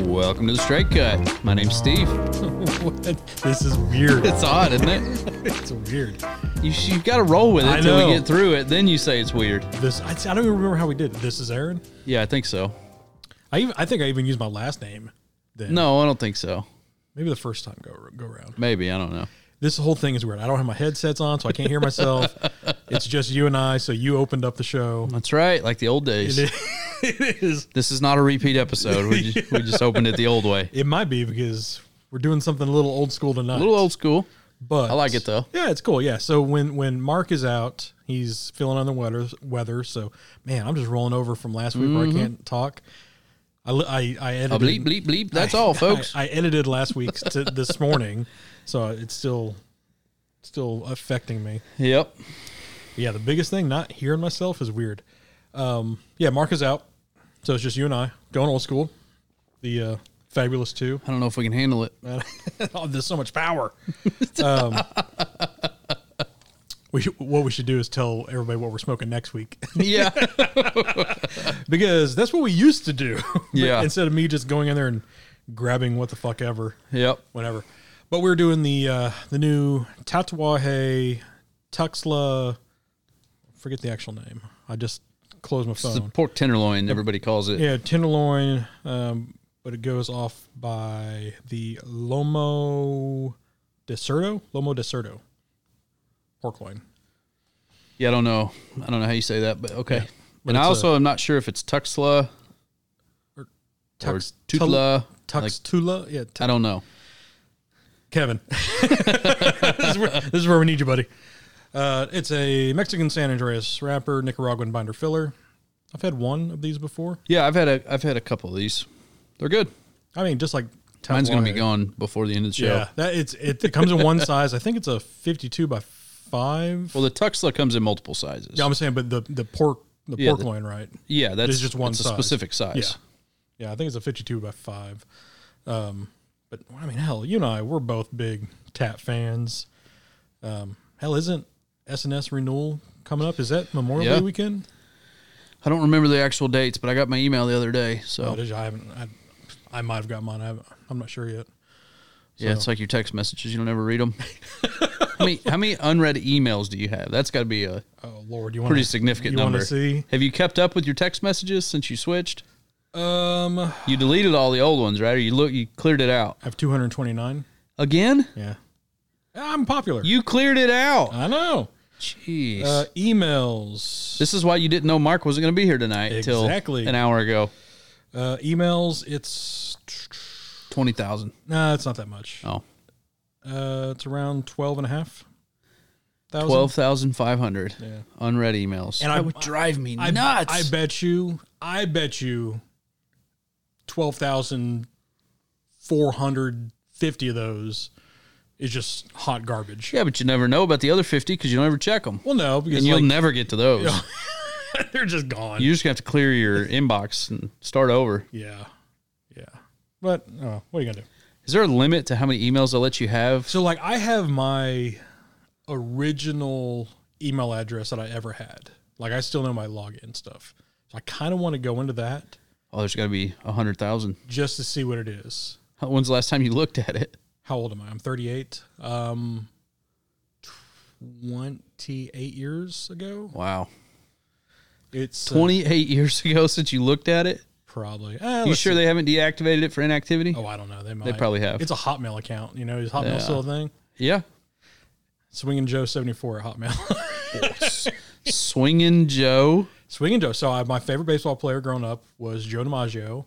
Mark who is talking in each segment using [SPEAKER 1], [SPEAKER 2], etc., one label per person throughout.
[SPEAKER 1] Welcome to the Straight Cut. My name's Steve.
[SPEAKER 2] What? This is weird.
[SPEAKER 1] It's odd, isn't it?
[SPEAKER 2] it's weird.
[SPEAKER 1] You, you've got to roll with
[SPEAKER 2] I
[SPEAKER 1] it till we
[SPEAKER 2] know.
[SPEAKER 1] get through it. Then you say it's weird.
[SPEAKER 2] This I, I don't even remember how we did. it. This is Aaron.
[SPEAKER 1] Yeah, I think so.
[SPEAKER 2] I even I think I even used my last name. Then
[SPEAKER 1] No, I don't think so.
[SPEAKER 2] maybe the first time go go around.
[SPEAKER 1] Maybe I don't know.
[SPEAKER 2] This whole thing is weird. I don't have my headsets on, so I can't hear myself. it's just you and I. So you opened up the show.
[SPEAKER 1] That's right, like the old days.
[SPEAKER 2] It is.
[SPEAKER 1] This is not a repeat episode. We just, we just opened it the old way.
[SPEAKER 2] It might be because we're doing something a little old school tonight.
[SPEAKER 1] A little old school.
[SPEAKER 2] But
[SPEAKER 1] I like it, though.
[SPEAKER 2] Yeah, it's cool. Yeah. So when when Mark is out, he's feeling on the weather. Weather. So man, I'm just rolling over from last week where I can't talk. I li- I, I edited.
[SPEAKER 1] A Mm-hmm. Oh, bleep, bleep, bleep. That's
[SPEAKER 2] I-
[SPEAKER 1] all, folks.
[SPEAKER 2] I, I edited last week's to this morning, so it's still still affecting me.
[SPEAKER 1] yep.
[SPEAKER 2] Yeah, the biggest thing not hearing myself is weird. Um, yeah, Mark is out, so it's just you and I going old school. The uh, fabulous two.
[SPEAKER 1] I don't know if we can handle it.
[SPEAKER 2] oh, there's so much power. Um, we should, what we should do is tell everybody what we're smoking next week
[SPEAKER 1] Yeah.
[SPEAKER 2] because that's what we used to do.
[SPEAKER 1] Yeah.
[SPEAKER 2] Instead of me just going in there and grabbing what the fuck ever,
[SPEAKER 1] yep.
[SPEAKER 2] whatever. But we're doing the uh, the new Tatawahe Tuxla. Forget the actual name. I just closed my
[SPEAKER 1] It's the
[SPEAKER 2] phone.
[SPEAKER 1] pork tenderloin. Everybody calls it.
[SPEAKER 2] Yeah, tenderloin, um, but it goes off by the Lomo Deserto, Lomo Deserto, pork loin.
[SPEAKER 1] Yeah, I don't know. I don't know how you say that, but okay.
[SPEAKER 2] But
[SPEAKER 1] and I
[SPEAKER 2] it's
[SPEAKER 1] also am not sure if it's Tuxla or
[SPEAKER 2] Tux
[SPEAKER 1] Tutla. like,
[SPEAKER 2] Tuxtula, yeah. Tux,
[SPEAKER 1] I don't know.
[SPEAKER 2] Kevin, this, is where, this is where we need you, buddy. Uh, it's a Mexican San Andreas wrapper, Nicaraguan binder filler. I've had one of these before.
[SPEAKER 1] Yeah, I've had a I've had a couple of these. They're good.
[SPEAKER 2] I mean, just like
[SPEAKER 1] Mine's going to be
[SPEAKER 2] Tatuaje.
[SPEAKER 1] gone before the end of the show.
[SPEAKER 2] Yeah, that it's it, it comes in one size. I think it's a fifty-two by five.
[SPEAKER 1] Well, the Tuxla comes in multiple sizes.
[SPEAKER 2] Yeah, I'm saying, but the the pork the
[SPEAKER 1] Yeah,
[SPEAKER 2] pork
[SPEAKER 1] the-
[SPEAKER 2] loin, right?
[SPEAKER 1] Yeah, that's
[SPEAKER 2] It's just one
[SPEAKER 1] that's
[SPEAKER 2] size.
[SPEAKER 1] a specific size.
[SPEAKER 2] Yeah, yeah. I think it's a 52 by five. Um, but I mean, hell, you and I, we're both big tap fans. Um, hell, isn't SNS renewal coming up? Is that Memorial
[SPEAKER 1] Yeah.
[SPEAKER 2] Day weekend?
[SPEAKER 1] I don't remember the actual dates, but I got my email the other day. So
[SPEAKER 2] Oh, did you? I haven't. I, I might have got mine. I haven't, I'm not sure yet.
[SPEAKER 1] yeah, it's like your text messages. You don't ever read them. how, many, how many unread emails do you have? That's got to be a
[SPEAKER 2] Oh Lord, you want
[SPEAKER 1] pretty significant
[SPEAKER 2] you wanna
[SPEAKER 1] number.
[SPEAKER 2] see?
[SPEAKER 1] Have you kept up with your text messages since you switched?
[SPEAKER 2] Um, I
[SPEAKER 1] You deleted all the old ones, right? Or you look, you cleared it out
[SPEAKER 2] have 229.
[SPEAKER 1] again.
[SPEAKER 2] Yeah, I'm popular.
[SPEAKER 1] You cleared it out.
[SPEAKER 2] I know.
[SPEAKER 1] Jeez.
[SPEAKER 2] Uh, emails.
[SPEAKER 1] this is why you didn't know Mark wasn't going to be here tonight
[SPEAKER 2] Exactly.
[SPEAKER 1] till an hour ago.
[SPEAKER 2] Uh, emails. It's
[SPEAKER 1] Twenty thousand.
[SPEAKER 2] nah, it's not that much.
[SPEAKER 1] Oh.
[SPEAKER 2] Uh, it's around 12 and a half thousand.
[SPEAKER 1] Twelve thousand five hundred
[SPEAKER 2] Yeah.
[SPEAKER 1] unread emails.
[SPEAKER 2] And
[SPEAKER 1] that
[SPEAKER 2] I-
[SPEAKER 1] would drive me
[SPEAKER 2] I,
[SPEAKER 1] nuts.
[SPEAKER 2] I bet you, I bet you 12,450 of those is just hot garbage.
[SPEAKER 1] yeah, but you never know about the other fifty because you don't ever check them,
[SPEAKER 2] Well, no, because
[SPEAKER 1] and you'll
[SPEAKER 2] like,
[SPEAKER 1] never get to those.
[SPEAKER 2] they're just gone.
[SPEAKER 1] You're just gonna have to clear your inbox and start over.
[SPEAKER 2] yeah. Yeah. But oh, what are you going to do?
[SPEAKER 1] Is there a limit to how many emails they'll let you have?
[SPEAKER 2] So, like, I have my original email address that I ever had. Like, I still know my login stuff. So, I kind of want to go into that
[SPEAKER 1] Oh, there's got to be a hundred thousand.
[SPEAKER 2] just to see what it is.
[SPEAKER 1] When's the last time you looked at it?
[SPEAKER 2] how old am I? I'm 38. Um, 28 years ago.
[SPEAKER 1] Wow,
[SPEAKER 2] It's uh,
[SPEAKER 1] twenty-eight years ago since you looked at it.
[SPEAKER 2] probably. Eh,
[SPEAKER 1] You
[SPEAKER 2] let's
[SPEAKER 1] sure
[SPEAKER 2] see.
[SPEAKER 1] they haven't deactivated it for inactivity?
[SPEAKER 2] Oh, I don't know. They might.
[SPEAKER 1] they probably have.
[SPEAKER 2] It's a Hotmail account. You know, is Hotmail
[SPEAKER 1] Yeah.
[SPEAKER 2] still a thing?
[SPEAKER 1] yeah.
[SPEAKER 2] Swinging Joe 74 at Hotmail.
[SPEAKER 1] Swinging Joe.
[SPEAKER 2] Swinging Joe. So I, my favorite baseball player growing up was Joe DiMaggio,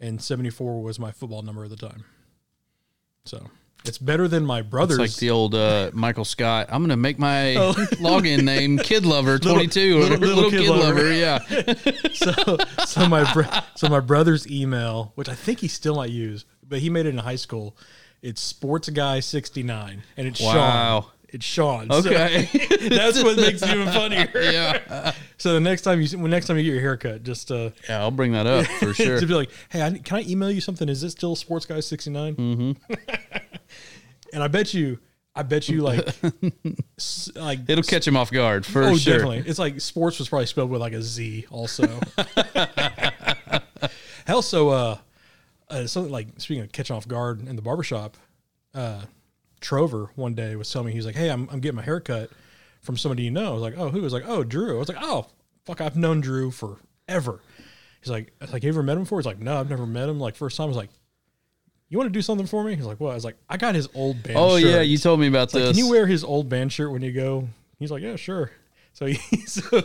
[SPEAKER 2] and 74 was my football number at the time. So it's better than my brother's.
[SPEAKER 1] It's like the old uh, Michael Scott. I'm gonna make my login name Kid Lover 22 or
[SPEAKER 2] Oh. little-
[SPEAKER 1] little,
[SPEAKER 2] little
[SPEAKER 1] Kid,
[SPEAKER 2] Kid
[SPEAKER 1] Lover.
[SPEAKER 2] Lover.
[SPEAKER 1] Yeah,
[SPEAKER 2] so so my bro- so my brother's email, which I think he still might use, but he made it in high school. It's sports guy sixty nine, and it's Sean.
[SPEAKER 1] Wow.
[SPEAKER 2] It's Sean. So
[SPEAKER 1] Okay.
[SPEAKER 2] that's what makes it even funnier.
[SPEAKER 1] yeah.
[SPEAKER 2] So the next time you see- when next time you get your haircut, just uh,
[SPEAKER 1] Yeah, I'll bring that up for sure.
[SPEAKER 2] to be like, hey, I, can I email you something? Is this still sports guy sixty Mm-hmm. and I bet you, I bet you like, s- like
[SPEAKER 1] It'll catch him off guard for
[SPEAKER 2] oh,
[SPEAKER 1] sure.
[SPEAKER 2] definitely. It's like sports was probably spelled with like a Z also. Hell, so uh, uh, something like speaking of catching off guard in the barbershop, uh, Trover one day was telling me he was like, "Hey, I'm, I'm getting my hair cut from somebody you know." I was like, "Oh, who?" I was like, "Oh, Drew." I was like, "Oh, fuck, I've known Drew forever." He's like, I was like, "You ever met him before?" He's like, "No, I've never met him." Like first time, I was like, "You want to do something for me?" He's like, "What?" I was like, "I got his old band."
[SPEAKER 1] Oh yeah,
[SPEAKER 2] shirt."
[SPEAKER 1] you told me about
[SPEAKER 2] It's
[SPEAKER 1] this.
[SPEAKER 2] Like, can you wear his old band shirt when you go? He's like, yeah, sure. So he, so,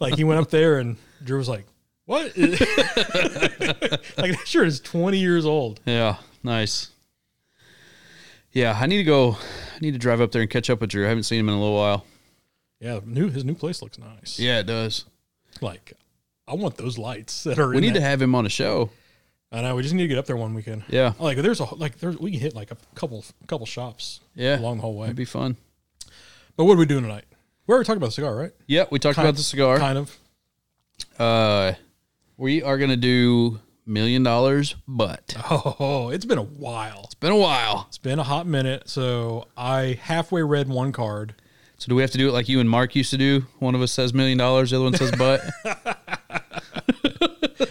[SPEAKER 2] like, he went up there and Drew was like, what? like that shirt is twenty years old.
[SPEAKER 1] yeah, nice. Yeah, I need to go. I need to drive up there and catch up with Drew. I haven't seen him in a little while.
[SPEAKER 2] Yeah, new his new place looks nice.
[SPEAKER 1] Yeah, it does.
[SPEAKER 2] Like, I want those lights that are.
[SPEAKER 1] We need to have him on a show.
[SPEAKER 2] I know we just need to get up there one weekend.
[SPEAKER 1] Yeah,
[SPEAKER 2] Like, there's a like there's we can hit like a couple couple shops
[SPEAKER 1] yeah,
[SPEAKER 2] along the whole way.
[SPEAKER 1] that'd be fun.
[SPEAKER 2] But what are we doing tonight? We already talked about the cigar, right?
[SPEAKER 1] Yeah, we talked
[SPEAKER 2] Kind-
[SPEAKER 1] about the cigar.
[SPEAKER 2] Kind of.
[SPEAKER 1] Uh, we are gonna do million dollars, but
[SPEAKER 2] Oh, it's been a while.
[SPEAKER 1] been a while.
[SPEAKER 2] It's been a hot minute, so I halfway read one card.
[SPEAKER 1] So do we have to do it like you and Mark used to do? One of us says million dollars, the other one says but.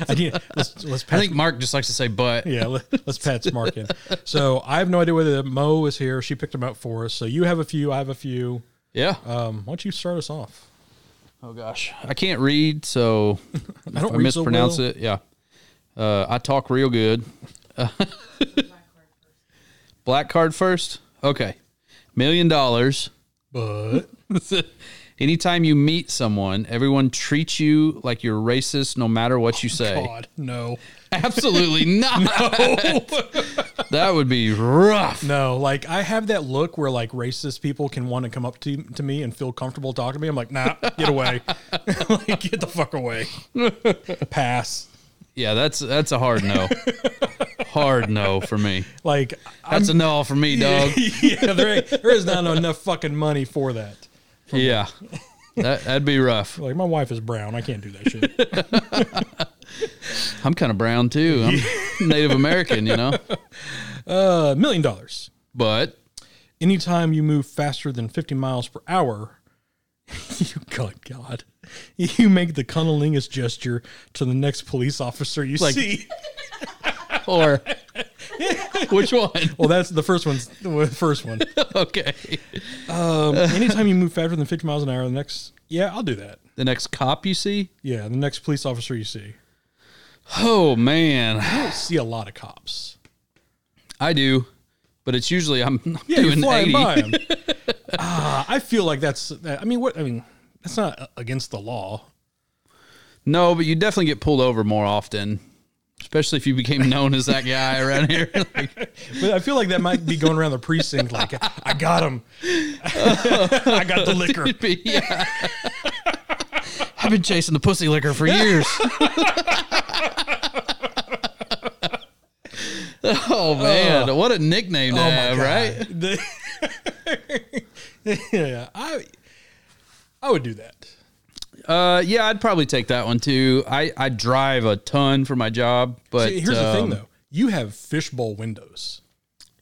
[SPEAKER 2] I did let's let's
[SPEAKER 1] I
[SPEAKER 2] pat
[SPEAKER 1] think Mark just likes to say but.
[SPEAKER 2] yeah, let, us pat Smart in. So I have no idea whether Mo is here. She picked them out for us. So you have a few, I have a few.
[SPEAKER 1] Yeah.
[SPEAKER 2] Um, why don't you start us off?
[SPEAKER 1] Oh gosh, I can't read, so
[SPEAKER 2] I don't
[SPEAKER 1] I
[SPEAKER 2] read so
[SPEAKER 1] mispronounce
[SPEAKER 2] well.
[SPEAKER 1] it. Yeah. Uh, I talk real good. Black card first. Okay. Million dollars.
[SPEAKER 2] but
[SPEAKER 1] Anytime you meet someone, everyone treats you like you're racist no matter what you say.
[SPEAKER 2] Oh, God, no,
[SPEAKER 1] Absolutely not. that would be rough.
[SPEAKER 2] no. Like I have that look where like racist people can want to come up to to me and feel comfortable talking to me. I'm like, nah, get away, like get the fuck away, pass.
[SPEAKER 1] Yeah, that's that's a hard no. hard no for me.
[SPEAKER 2] Like,
[SPEAKER 1] That's a no for me, dog.
[SPEAKER 2] yeah, there ain't, there is not enough fucking money for that.
[SPEAKER 1] Yeah. That, that'd be rough.
[SPEAKER 2] Like my wife is brown, I can't do that shit.
[SPEAKER 1] I'm kind of brown too. I'm Native American, you know.
[SPEAKER 2] A million dollars.
[SPEAKER 1] But
[SPEAKER 2] anytime you move faster than 50 miles per hour, you God, God, you make the cunnilingus gesture to the next police officer you
[SPEAKER 1] Like-
[SPEAKER 2] see.
[SPEAKER 1] or which one?
[SPEAKER 2] Well, that's the first one's the first one.
[SPEAKER 1] Okay.
[SPEAKER 2] Um, anytime you move faster than 50 miles an hour, the next, yeah, I'll do that.
[SPEAKER 1] The next cop you see?
[SPEAKER 2] Yeah, the next police officer you see.
[SPEAKER 1] Oh man,
[SPEAKER 2] I don't see a lot of cops.
[SPEAKER 1] I do. But it's usually I'm,
[SPEAKER 2] Yeah, you're
[SPEAKER 1] doing
[SPEAKER 2] flying
[SPEAKER 1] 80.
[SPEAKER 2] by 'em. Ah, I feel like that's. I mean, what? I mean, that's not uh, against the law.
[SPEAKER 1] No, but you definitely get pulled over more often, especially if you became known as that guy around here. Like,
[SPEAKER 2] But I feel like that might be going around the precinct like, I got him. I got the liquor.
[SPEAKER 1] it'd be- yeah. I've been chasing the pussy liquor for years. oh man, what a nickname to have, right?
[SPEAKER 2] The- yeah, I, I would do that.
[SPEAKER 1] Uh, yeah, I'd probably take that one too. I, I drive a ton for my job, but
[SPEAKER 2] See, here's the
[SPEAKER 1] um,
[SPEAKER 2] thing, though. You have fishbowl windows.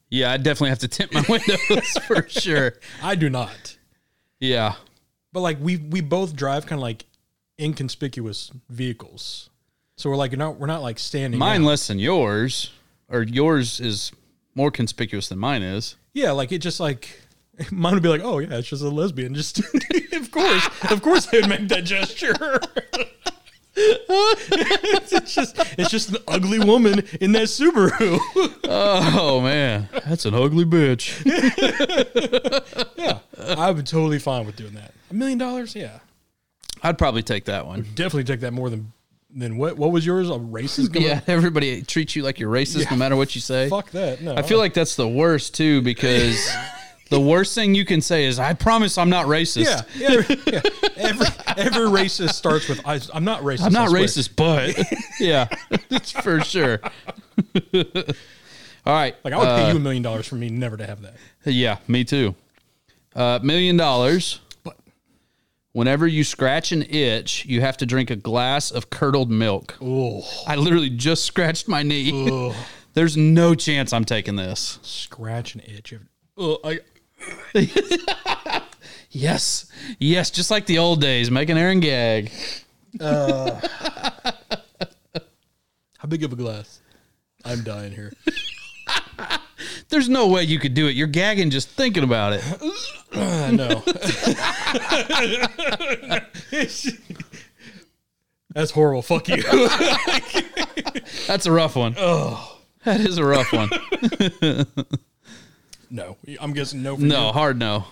[SPEAKER 1] Yeah, I definitely have to tint my windows for sure.
[SPEAKER 2] I do not.
[SPEAKER 1] Yeah,
[SPEAKER 2] But like we we both drive kind of like inconspicuous vehicles, so we're like you know we're not like standing.
[SPEAKER 1] mine
[SPEAKER 2] out.
[SPEAKER 1] less than yours, or yours is more conspicuous than mine is.
[SPEAKER 2] yeah, like it just like mine would be like, oh yeah, it's just a lesbian. Just of course, of course, they would make that gesture. it's just it's just an ugly woman in that Subaru.
[SPEAKER 1] Oh man, that's an ugly bitch.
[SPEAKER 2] yeah, I would be totally fine with doing that. A million dollars, yeah,
[SPEAKER 1] I'd probably take that one.
[SPEAKER 2] definitely take that more than than what what was yours? A racist? Come
[SPEAKER 1] Yeah, everybody treats you like you're racist no matter what you say.
[SPEAKER 2] fuck that. No,
[SPEAKER 1] I feel like that's the worst too because the worst thing you can say is "I promise I'm not racist."
[SPEAKER 2] yeah, yeah, yeah. Every every racist starts with I, I'm not racist.
[SPEAKER 1] I'm not
[SPEAKER 2] I swear."
[SPEAKER 1] racist, but yeah, that's for sure. All right,
[SPEAKER 2] Like I would pay you a million dollars for me never to have that.
[SPEAKER 1] yeah, me too. Uh, million dollars.
[SPEAKER 2] But
[SPEAKER 1] Whenever you scratch an itch, you have to drink a glass of curdled milk.
[SPEAKER 2] oh,
[SPEAKER 1] I literally just scratched my knee. There's no chance I'm taking this.
[SPEAKER 2] scratch and itch. Oh, I
[SPEAKER 1] Yes, yes, just like the old days, making Aaron gag.
[SPEAKER 2] How big of a glass? I'm dying here.
[SPEAKER 1] There's no way you could do it. You're gagging just thinking about it.
[SPEAKER 2] I know. That's horrible. Fuck you.
[SPEAKER 1] That's a rough one. That is a rough one.
[SPEAKER 2] no, I'm guessing no. For
[SPEAKER 1] No, hard no.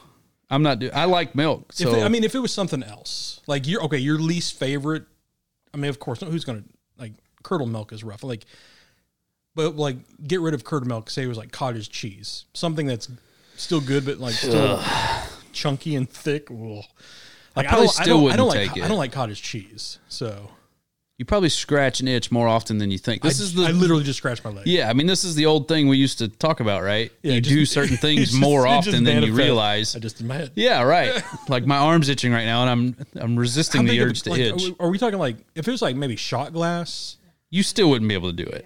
[SPEAKER 1] I'm not do I like milk.
[SPEAKER 2] you.
[SPEAKER 1] So
[SPEAKER 2] If it- I mean, if it was something else, like your okay, your least favorite. I mean, of course, who's gonna like curdle milk is rough. Like, but like, get rid of curdled milk. Say it was like cottage cheese, something that's still good, but like still chunky and thick. Ugh. Like, I,
[SPEAKER 1] probably
[SPEAKER 2] don't, I
[SPEAKER 1] still
[SPEAKER 2] don't, I
[SPEAKER 1] wouldn't
[SPEAKER 2] don't like,
[SPEAKER 1] take
[SPEAKER 2] I
[SPEAKER 1] it.
[SPEAKER 2] don't like cottage cheese. So
[SPEAKER 1] you probably scratch an itch more often than you think. This
[SPEAKER 2] I,
[SPEAKER 1] is the
[SPEAKER 2] I literally just scratched my leg.
[SPEAKER 1] Yeah, I mean, this is the old thing we used to talk about, right?
[SPEAKER 2] Yeah,
[SPEAKER 1] you
[SPEAKER 2] just-
[SPEAKER 1] do certain
[SPEAKER 2] it
[SPEAKER 1] things
[SPEAKER 2] just-
[SPEAKER 1] more
[SPEAKER 2] it just
[SPEAKER 1] often than you
[SPEAKER 2] manifests.
[SPEAKER 1] realize.
[SPEAKER 2] I just in my head.
[SPEAKER 1] Yeah, right. like my arm's itching right now, and I'm I'm resisting
[SPEAKER 2] I'm
[SPEAKER 1] the
[SPEAKER 2] thinking,
[SPEAKER 1] urge to
[SPEAKER 2] like, uh,
[SPEAKER 1] itch.
[SPEAKER 2] Are we, are we talking like if it was like maybe shot glass?
[SPEAKER 1] you still wouldn't be able to do it.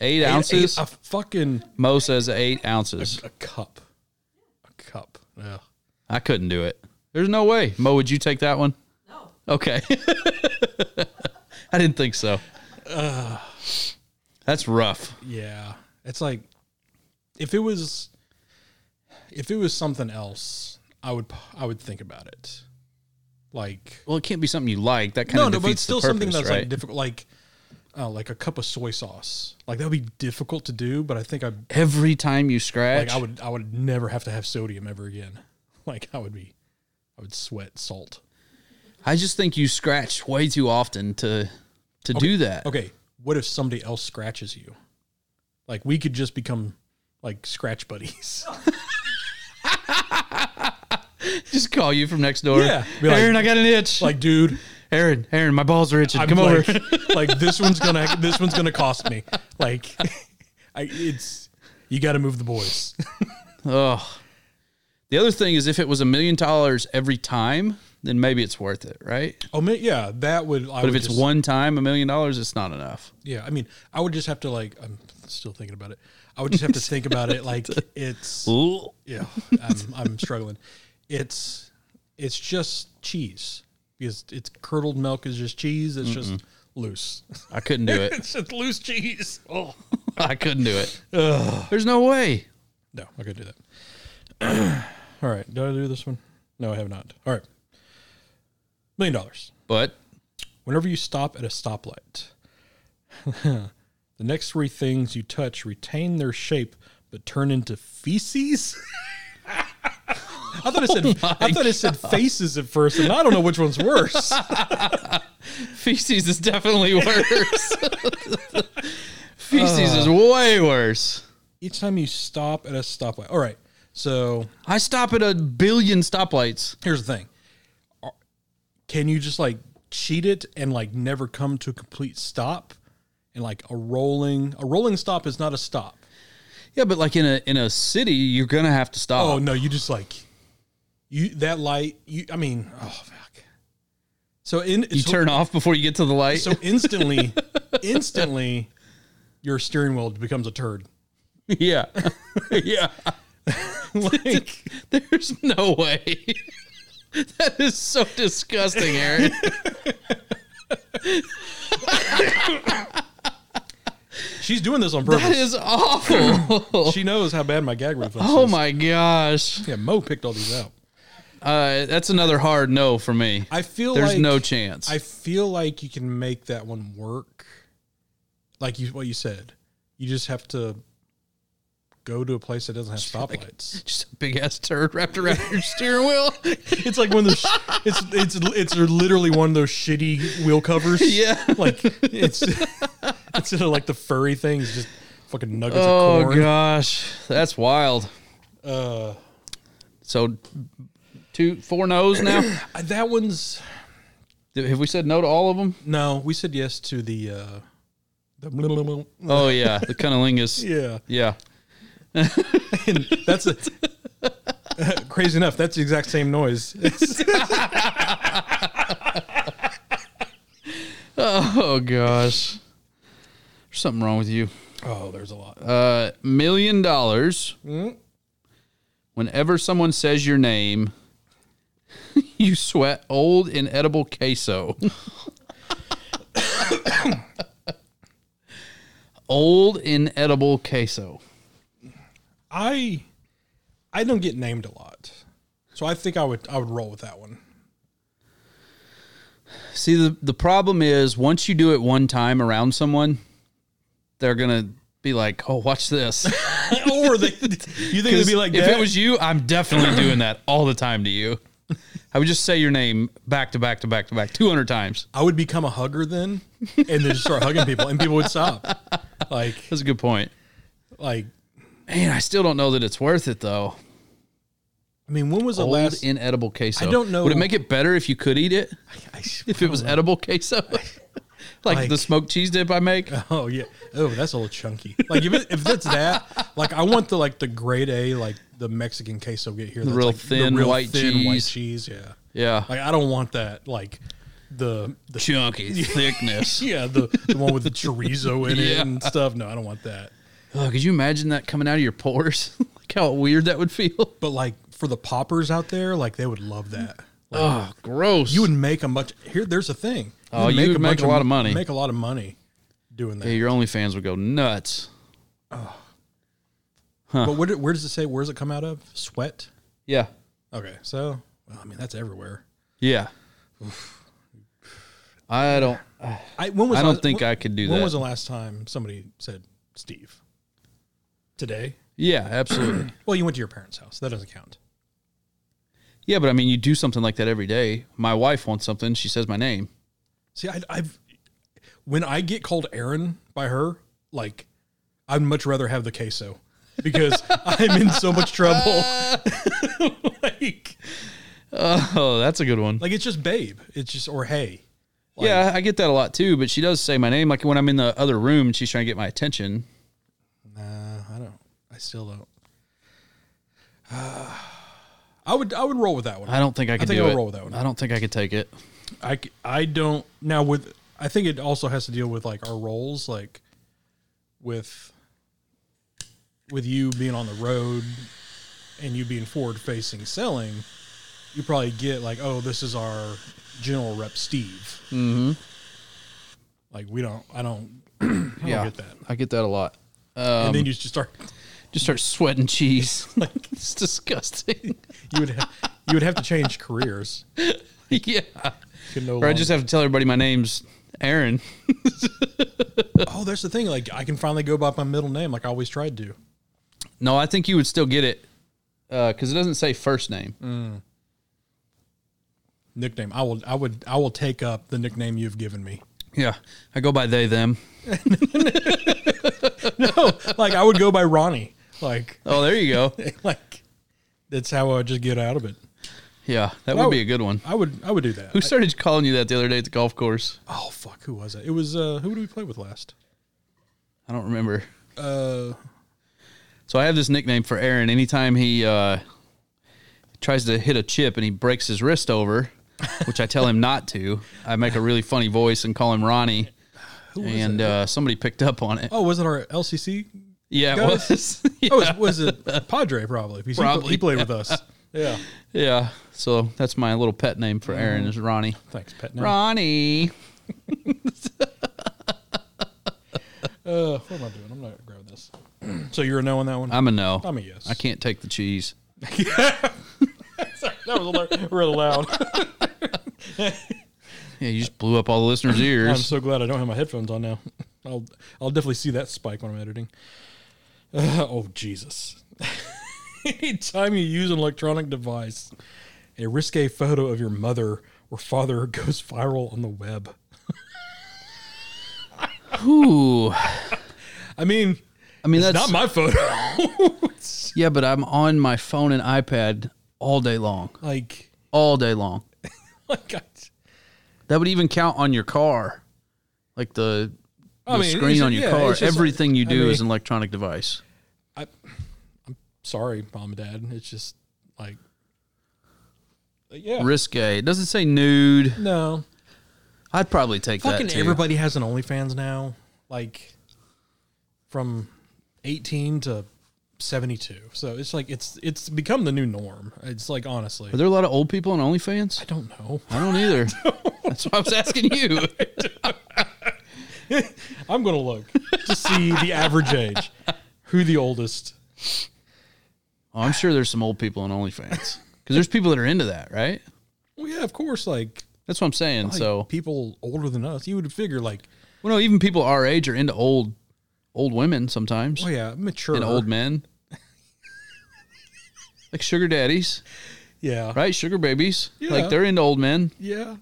[SPEAKER 1] Eight, ounces.
[SPEAKER 2] Eight- uh, a fucking
[SPEAKER 1] Mo says eight ounces.
[SPEAKER 2] a cup, a cup. Yeah.
[SPEAKER 1] I couldn't do it. There's no way. Mo, would you take that one?
[SPEAKER 3] No.
[SPEAKER 1] Okay. I didn't think so. That's rough.
[SPEAKER 2] Yeah. It's like if it was if it was something else, I would I would think about it. Like
[SPEAKER 1] Well, it can't be something you like. That kind
[SPEAKER 2] no,
[SPEAKER 1] of
[SPEAKER 2] no,
[SPEAKER 1] defeats
[SPEAKER 2] but it's still something that's
[SPEAKER 1] right?
[SPEAKER 2] like difficult, like uh, like a cup of soy sauce. Like that would be difficult to do, but I think I
[SPEAKER 1] Every time you
[SPEAKER 2] like
[SPEAKER 1] scratch,
[SPEAKER 2] I would I would never have to have sodium ever again. Like I would be, I would sweat salt.
[SPEAKER 1] I just think you scratch way too often to to do that.
[SPEAKER 2] Okay, what if somebody else scratches you? Like we could just become like scratch buddies.
[SPEAKER 1] Just call you from next door.
[SPEAKER 2] Yeah. Be like-
[SPEAKER 1] Aaron, I got an itch. Like
[SPEAKER 2] like, dude,
[SPEAKER 1] Aaron, Aaron, my balls are itching.
[SPEAKER 2] I'm
[SPEAKER 1] Come
[SPEAKER 2] like,
[SPEAKER 1] over.
[SPEAKER 2] like this one's gonna this one's gonna cost me. Like, I it's you got to move the boys.
[SPEAKER 1] Oh. The other thing is if it was a million dollars every time, then maybe it's worth it, right?
[SPEAKER 2] Oh man, yeah, that would. I
[SPEAKER 1] But
[SPEAKER 2] would
[SPEAKER 1] if it's
[SPEAKER 2] just-
[SPEAKER 1] one time a million dollars, it's not enough.
[SPEAKER 2] yeah, I mean, I would just have to like. I'm still thinking about it. I would just have to think about it. Like it's. yeah i'm, I'm struggling it's it's just cheese because it's curdled milk is just cheese it's just loose
[SPEAKER 1] I couldn't do it.
[SPEAKER 2] it's just loose cheese oh
[SPEAKER 1] I couldn't do it. There's no way.
[SPEAKER 2] no i could do that all right did i do this one no i have not all right million dollars
[SPEAKER 1] But
[SPEAKER 2] whenever you stop at a stoplight the next three things you touch retain their shape but turn into feces I thought it said I thought it said faces at first, and I don't know which one's worse.
[SPEAKER 1] feces is definitely worse. feces is way worse.
[SPEAKER 2] Each time you stop at a stoplight. All right, so
[SPEAKER 1] I stop at a billion stoplights.
[SPEAKER 2] here's the thing: Are- Can you just like cheat it and like never come to a complete stop? And like a rolling a rolling stop is not a stop.
[SPEAKER 1] Yeah, but like in a in a city, you're gonna have to stop.
[SPEAKER 2] Oh no, you just like you that light. You, I mean, oh fuck. So in
[SPEAKER 1] you
[SPEAKER 2] so,
[SPEAKER 1] turn off before you get to the light.
[SPEAKER 2] so instantly, instantly, your steering wheel becomes a turd.
[SPEAKER 1] yeah, yeah.
[SPEAKER 2] Like
[SPEAKER 1] There's no way. that is so disgusting, Aaron.
[SPEAKER 2] she's doing this on
[SPEAKER 1] that
[SPEAKER 2] purpose.
[SPEAKER 1] is awful.
[SPEAKER 2] she knows how bad my gag reflex.
[SPEAKER 1] oh
[SPEAKER 2] is.
[SPEAKER 1] my gosh.
[SPEAKER 2] Yeah, Mo picked all these out.
[SPEAKER 1] Uh, that's another hard no for me.
[SPEAKER 2] I feel
[SPEAKER 1] There's
[SPEAKER 2] like
[SPEAKER 1] no chance.
[SPEAKER 2] I feel like you can make that one work. Like you, what you said, you just have to go to a place that doesn't have stoplights.
[SPEAKER 1] Just a big ass turd wrapped around your steering wheel.
[SPEAKER 2] It's like one of those. It's it's it's literally one of those shitty wheel covers.
[SPEAKER 1] Yeah.
[SPEAKER 2] like it's instead of like the furry things, just fucking nuggets
[SPEAKER 1] Oh
[SPEAKER 2] of corn.
[SPEAKER 1] gosh, that's wild.
[SPEAKER 2] Uh,
[SPEAKER 1] So two, four no's now.
[SPEAKER 2] I- that one's
[SPEAKER 1] Have we said no to all of them?
[SPEAKER 2] no. We said yes to the uh, the blah, blah, blah.
[SPEAKER 1] Oh yeah, the cunnilingus.
[SPEAKER 2] yeah.
[SPEAKER 1] Yeah.
[SPEAKER 2] And that's a, crazy enough. That's the exact same noise.
[SPEAKER 1] Oh gosh. There's something wrong with you.
[SPEAKER 2] oh, there's a lot.
[SPEAKER 1] Uh million dollars.
[SPEAKER 2] Hmm?
[SPEAKER 1] Whenever someone says your name, you sweat old inedible queso. old inedible queso.
[SPEAKER 2] I I don't get named a lot, so I think I would I would roll with that one.
[SPEAKER 1] See, the, the problem is once you do it one time around someone, they're going to be like, oh, watch this.
[SPEAKER 2] or they, you think it'd be like
[SPEAKER 1] if
[SPEAKER 2] that?
[SPEAKER 1] it was you, I'm definitely doing that all the time to you. I would just say your name back to back to back to back 200 times.
[SPEAKER 2] I would become a hugger then, and then just start hugging people, and people would stop. Like
[SPEAKER 1] That's a good point.
[SPEAKER 2] like
[SPEAKER 1] Man, I still don't know that it's worth it though.
[SPEAKER 2] I mean, when was the
[SPEAKER 1] Old
[SPEAKER 2] last?
[SPEAKER 1] inedible queso.
[SPEAKER 2] I don't know-
[SPEAKER 1] Would it make it better if you could eat it? If it was edible queso? like,
[SPEAKER 2] Like-
[SPEAKER 1] the smoked cheese dip I make?
[SPEAKER 2] Oh yeah. Oh, that's a little chunky. Like if it, if it's that, like I want the like the grade A like the Mexican queso get here. The
[SPEAKER 1] real
[SPEAKER 2] like,
[SPEAKER 1] thin white
[SPEAKER 2] white
[SPEAKER 1] cheese.
[SPEAKER 2] cheese. Yeah.
[SPEAKER 1] Yeah.
[SPEAKER 2] Like I don't want that like the the
[SPEAKER 1] Chunky thickness.
[SPEAKER 2] yeah the, the one with the chorizo in it
[SPEAKER 1] Yeah.
[SPEAKER 2] and stuff. No, I don't want that.
[SPEAKER 1] Oh, could you imagine that coming out of your pores? like how weird that would feel.
[SPEAKER 2] But like for the poppers out there, like they would love that. Like,
[SPEAKER 1] Oh, gross.
[SPEAKER 2] you would make a bunch. Here, there's a thing.
[SPEAKER 1] Oh, you would make a lot of money.
[SPEAKER 2] Make a lot of money doing that.
[SPEAKER 1] yeah, your OnlyFans would go nuts.
[SPEAKER 2] But where, did- where does it say? Where does it come out of? Sweat.
[SPEAKER 1] Yeah.
[SPEAKER 2] Okay, so well, I mean that's everywhere.
[SPEAKER 1] Yeah. I don't
[SPEAKER 2] I when was
[SPEAKER 1] I
[SPEAKER 2] the
[SPEAKER 1] don't
[SPEAKER 2] last-
[SPEAKER 1] think
[SPEAKER 2] when-
[SPEAKER 1] I could do
[SPEAKER 2] When
[SPEAKER 1] that.
[SPEAKER 2] was the last time somebody said Steve? Today.
[SPEAKER 1] Yeah, absolutely.
[SPEAKER 2] Well, you went to your parents' house. That doesn't count.
[SPEAKER 1] yeah, but I mean you do something like that every day. My wife wants something, she says my name.
[SPEAKER 2] See, I, I've when I get called Aaron by her, like I'd much rather have the queso because I'm in so much trouble. like,
[SPEAKER 1] Oh, that's a good one.
[SPEAKER 2] like it's just babe. It's just or hey.
[SPEAKER 1] yeah, I get that a lot too, but she does say my name like when I'm in the other room and she's trying to get my attention.
[SPEAKER 2] Nah, I don't. I still don't. I would I would roll with that one.
[SPEAKER 1] I don't think I could
[SPEAKER 2] think
[SPEAKER 1] do
[SPEAKER 2] I'll
[SPEAKER 1] it.
[SPEAKER 2] roll with that one.
[SPEAKER 1] I don't think I could take it.
[SPEAKER 2] I, c- I don't now with I think it also has to deal with like our roles like with with you being on the road and you being forward facing selling you probably get like oh this is our general rep Steve mm-hmm. like we don't I don't I don't
[SPEAKER 1] yeah.
[SPEAKER 2] get that
[SPEAKER 1] I get that a lot.
[SPEAKER 2] and then you just start
[SPEAKER 1] Just start sweating cheese. like it's disgusting.
[SPEAKER 2] you would ha- you would have to change careers
[SPEAKER 1] yeah.
[SPEAKER 2] You can no
[SPEAKER 1] Or I
[SPEAKER 2] longer-
[SPEAKER 1] just have to tell everybody my name's Aaron.
[SPEAKER 2] oh that's the thing like I can finally go by my middle name like I always tried to
[SPEAKER 1] No, I think you would still get it because it doesn't say first name.
[SPEAKER 2] nickname I will I would I will take up the nickname you've given me
[SPEAKER 1] Yeah, I go by they them.
[SPEAKER 2] like I would go by Ronnie. Like
[SPEAKER 1] Oh, there you go.
[SPEAKER 2] like that's how I would just get out of it.
[SPEAKER 1] Yeah, that
[SPEAKER 2] Well,
[SPEAKER 1] would be a good one.
[SPEAKER 2] I would I would do that.
[SPEAKER 1] Who started calling you that the other day at the golf course?
[SPEAKER 2] oh fuck, who was it? It was uh who did we play with last?
[SPEAKER 1] I don't remember.
[SPEAKER 2] Uh
[SPEAKER 1] So I have this nickname for Aaron. Anytime he uh, tries to hit a chip and he breaks his wrist over, which I tell him not to, I make a really funny voice and call him Ronnie. And uh, somebody picked up on it.
[SPEAKER 2] oh, was it our LCC?
[SPEAKER 1] yeah, it
[SPEAKER 2] guys.
[SPEAKER 1] was. yeah.
[SPEAKER 2] Oh, it was it Padre probably? Because he pl-
[SPEAKER 1] Probably,
[SPEAKER 2] he, played with us. Yeah.
[SPEAKER 1] yeah. So that's my little pet name for Aaron is Ronnie.
[SPEAKER 2] Thanks, pet name.
[SPEAKER 1] Ronnie.
[SPEAKER 2] Uh, what am I doing? I'm not grabbing this. so you're a no on that one.
[SPEAKER 1] I'm a no.
[SPEAKER 2] I'm a yes.
[SPEAKER 1] I can't take the cheese.
[SPEAKER 2] Sorry, that was a little, real loud.
[SPEAKER 1] Yeah, you just blew up all the listeners'
[SPEAKER 2] I'm
[SPEAKER 1] ears.
[SPEAKER 2] so glad I don't have my headphones on now. I'll I'll definitely see that spike when I'm editing. Uh, oh Jesus! Anytime you use an electronic device, a risque photo of your mother or father goes viral on the web.
[SPEAKER 1] Ooh.
[SPEAKER 2] I mean,
[SPEAKER 1] I mean,
[SPEAKER 2] it's
[SPEAKER 1] that's
[SPEAKER 2] not my photo.
[SPEAKER 1] yeah, but I'm on my phone and iPad all day long,
[SPEAKER 2] like,
[SPEAKER 1] all day long.
[SPEAKER 2] like I,
[SPEAKER 1] That would even count on your car, like the, the
[SPEAKER 2] I mean, it's
[SPEAKER 1] screen
[SPEAKER 2] ju-
[SPEAKER 1] on your
[SPEAKER 2] yeah,
[SPEAKER 1] car.
[SPEAKER 2] it's just-
[SPEAKER 1] Everything you
[SPEAKER 2] I
[SPEAKER 1] do
[SPEAKER 2] mean-
[SPEAKER 1] is an electronic device.
[SPEAKER 2] sorry, mom and dad. It's just like, yeah,
[SPEAKER 1] Risque. It doesn't say nude.
[SPEAKER 2] no.
[SPEAKER 1] I'd probably take
[SPEAKER 2] Fucking
[SPEAKER 1] that too.
[SPEAKER 2] everybody has an OnlyFans now. Like from eighteen to seventy-two. So it's like it's it's become the new norm. It's like honestly,
[SPEAKER 1] Are there a lot of old people on OnlyFans?
[SPEAKER 2] I don't know.
[SPEAKER 1] I don't either. Oh, That's why I was asking you.
[SPEAKER 2] I'm gonna look. to see the average age, who the oldest.
[SPEAKER 1] Oh, I'm sure there's some old people on OnlyFans because there's people that are into that, right?
[SPEAKER 2] Well, yeah, of course, like,
[SPEAKER 1] That's what I'm saying.
[SPEAKER 2] like,
[SPEAKER 1] so,
[SPEAKER 2] people older than us, you would figure like,
[SPEAKER 1] well, no, even people our age are into old, old women sometimes
[SPEAKER 2] oh yeah, mature
[SPEAKER 1] and old men, like sugar daddies,
[SPEAKER 2] yeah,
[SPEAKER 1] right? Sugar babies,
[SPEAKER 2] Yeah.
[SPEAKER 1] like they're into old men.
[SPEAKER 2] yeah,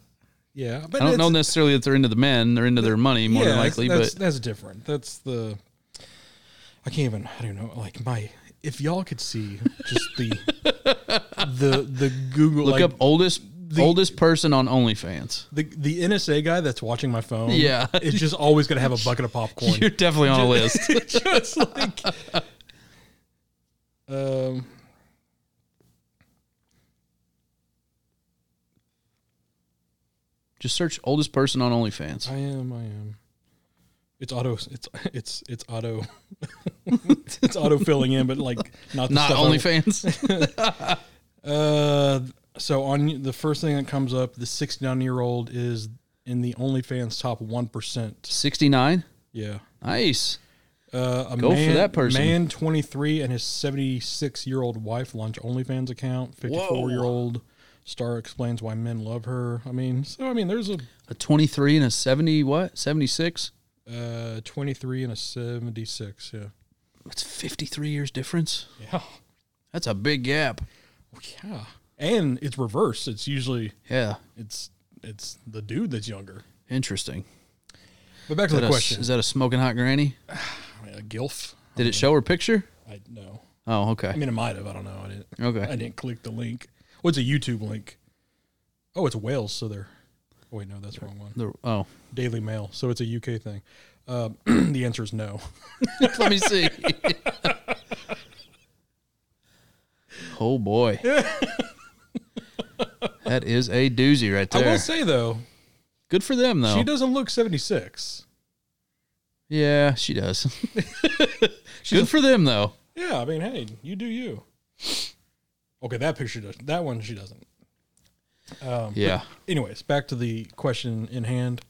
[SPEAKER 2] yeah. But
[SPEAKER 1] I don't
[SPEAKER 2] it's-
[SPEAKER 1] know necessarily that they're into the men; they're into their money more than
[SPEAKER 2] that's-
[SPEAKER 1] likely.
[SPEAKER 2] that's,
[SPEAKER 1] But
[SPEAKER 2] that's different. That's the I can't even I don't know like my if y'all could see just the the the Google
[SPEAKER 1] look
[SPEAKER 2] like,
[SPEAKER 1] up oldest oldest person on OnlyFans.
[SPEAKER 2] the the NSA guy that's watching my phone.
[SPEAKER 1] Yeah.
[SPEAKER 2] it's just always gonna have a bucket of popcorn.
[SPEAKER 1] You're definitely on a list.
[SPEAKER 2] just like um.
[SPEAKER 1] Just search oldest person on OnlyFans.
[SPEAKER 2] I am. I am. It's auto. It's it's it's auto. it's auto filling in, but like not the
[SPEAKER 1] Not
[SPEAKER 2] stuff I-
[SPEAKER 1] OnlyFans.
[SPEAKER 2] Uh, so on the first thing that comes up, the 69 year old is in the OnlyFans top one percent.
[SPEAKER 1] 69.
[SPEAKER 2] Yeah.
[SPEAKER 1] Nice.
[SPEAKER 2] Uh, a
[SPEAKER 1] Go for
[SPEAKER 2] man,
[SPEAKER 1] that person.
[SPEAKER 2] Man 23 and his 76 year old wife launch OnlyFans account. 54
[SPEAKER 1] Whoa.
[SPEAKER 2] year old star explains why men love her. I mean, so I mean, there's a
[SPEAKER 1] A 23 and a 70, what? 76?
[SPEAKER 2] uh 23 and a 76. Yeah.
[SPEAKER 1] That's 53 years difference.
[SPEAKER 2] Yeah.
[SPEAKER 1] That's a big gap.
[SPEAKER 2] Oh, Yeah. And it's reverse. It's usually
[SPEAKER 1] Yeah.
[SPEAKER 2] it's it's the dude that's younger.
[SPEAKER 1] Interesting.
[SPEAKER 2] But back to
[SPEAKER 1] Is
[SPEAKER 2] the
[SPEAKER 1] that, a,
[SPEAKER 2] question.
[SPEAKER 1] is that a smoking hot granny?
[SPEAKER 2] I mean, a gilf.
[SPEAKER 1] Did it show her picture?
[SPEAKER 2] I know.
[SPEAKER 1] Oh,
[SPEAKER 2] I
[SPEAKER 1] okay.
[SPEAKER 2] mean, it might have. I don't know. I didn't. I
[SPEAKER 1] Okay.
[SPEAKER 2] didn't click the link. Oh, it's a YouTube link. Oh, it's Wales, so they're. Oh wait, no, that's the wrong one.
[SPEAKER 1] The, oh,
[SPEAKER 2] Daily Mail, so it's a UK thing. Um, the answer is no.
[SPEAKER 1] let me see. oh, boy. that is a doozy right
[SPEAKER 2] I will
[SPEAKER 1] there.
[SPEAKER 2] say though,
[SPEAKER 1] Good for them, though.
[SPEAKER 2] she doesn't look seventy six.
[SPEAKER 1] Yeah, she does. Good for them, though.
[SPEAKER 2] Yeah, I mean, hey, you do you. Okay, that picture does. That one she doesn't. Um,
[SPEAKER 1] Yeah.
[SPEAKER 2] Anyways, back to the question in hand.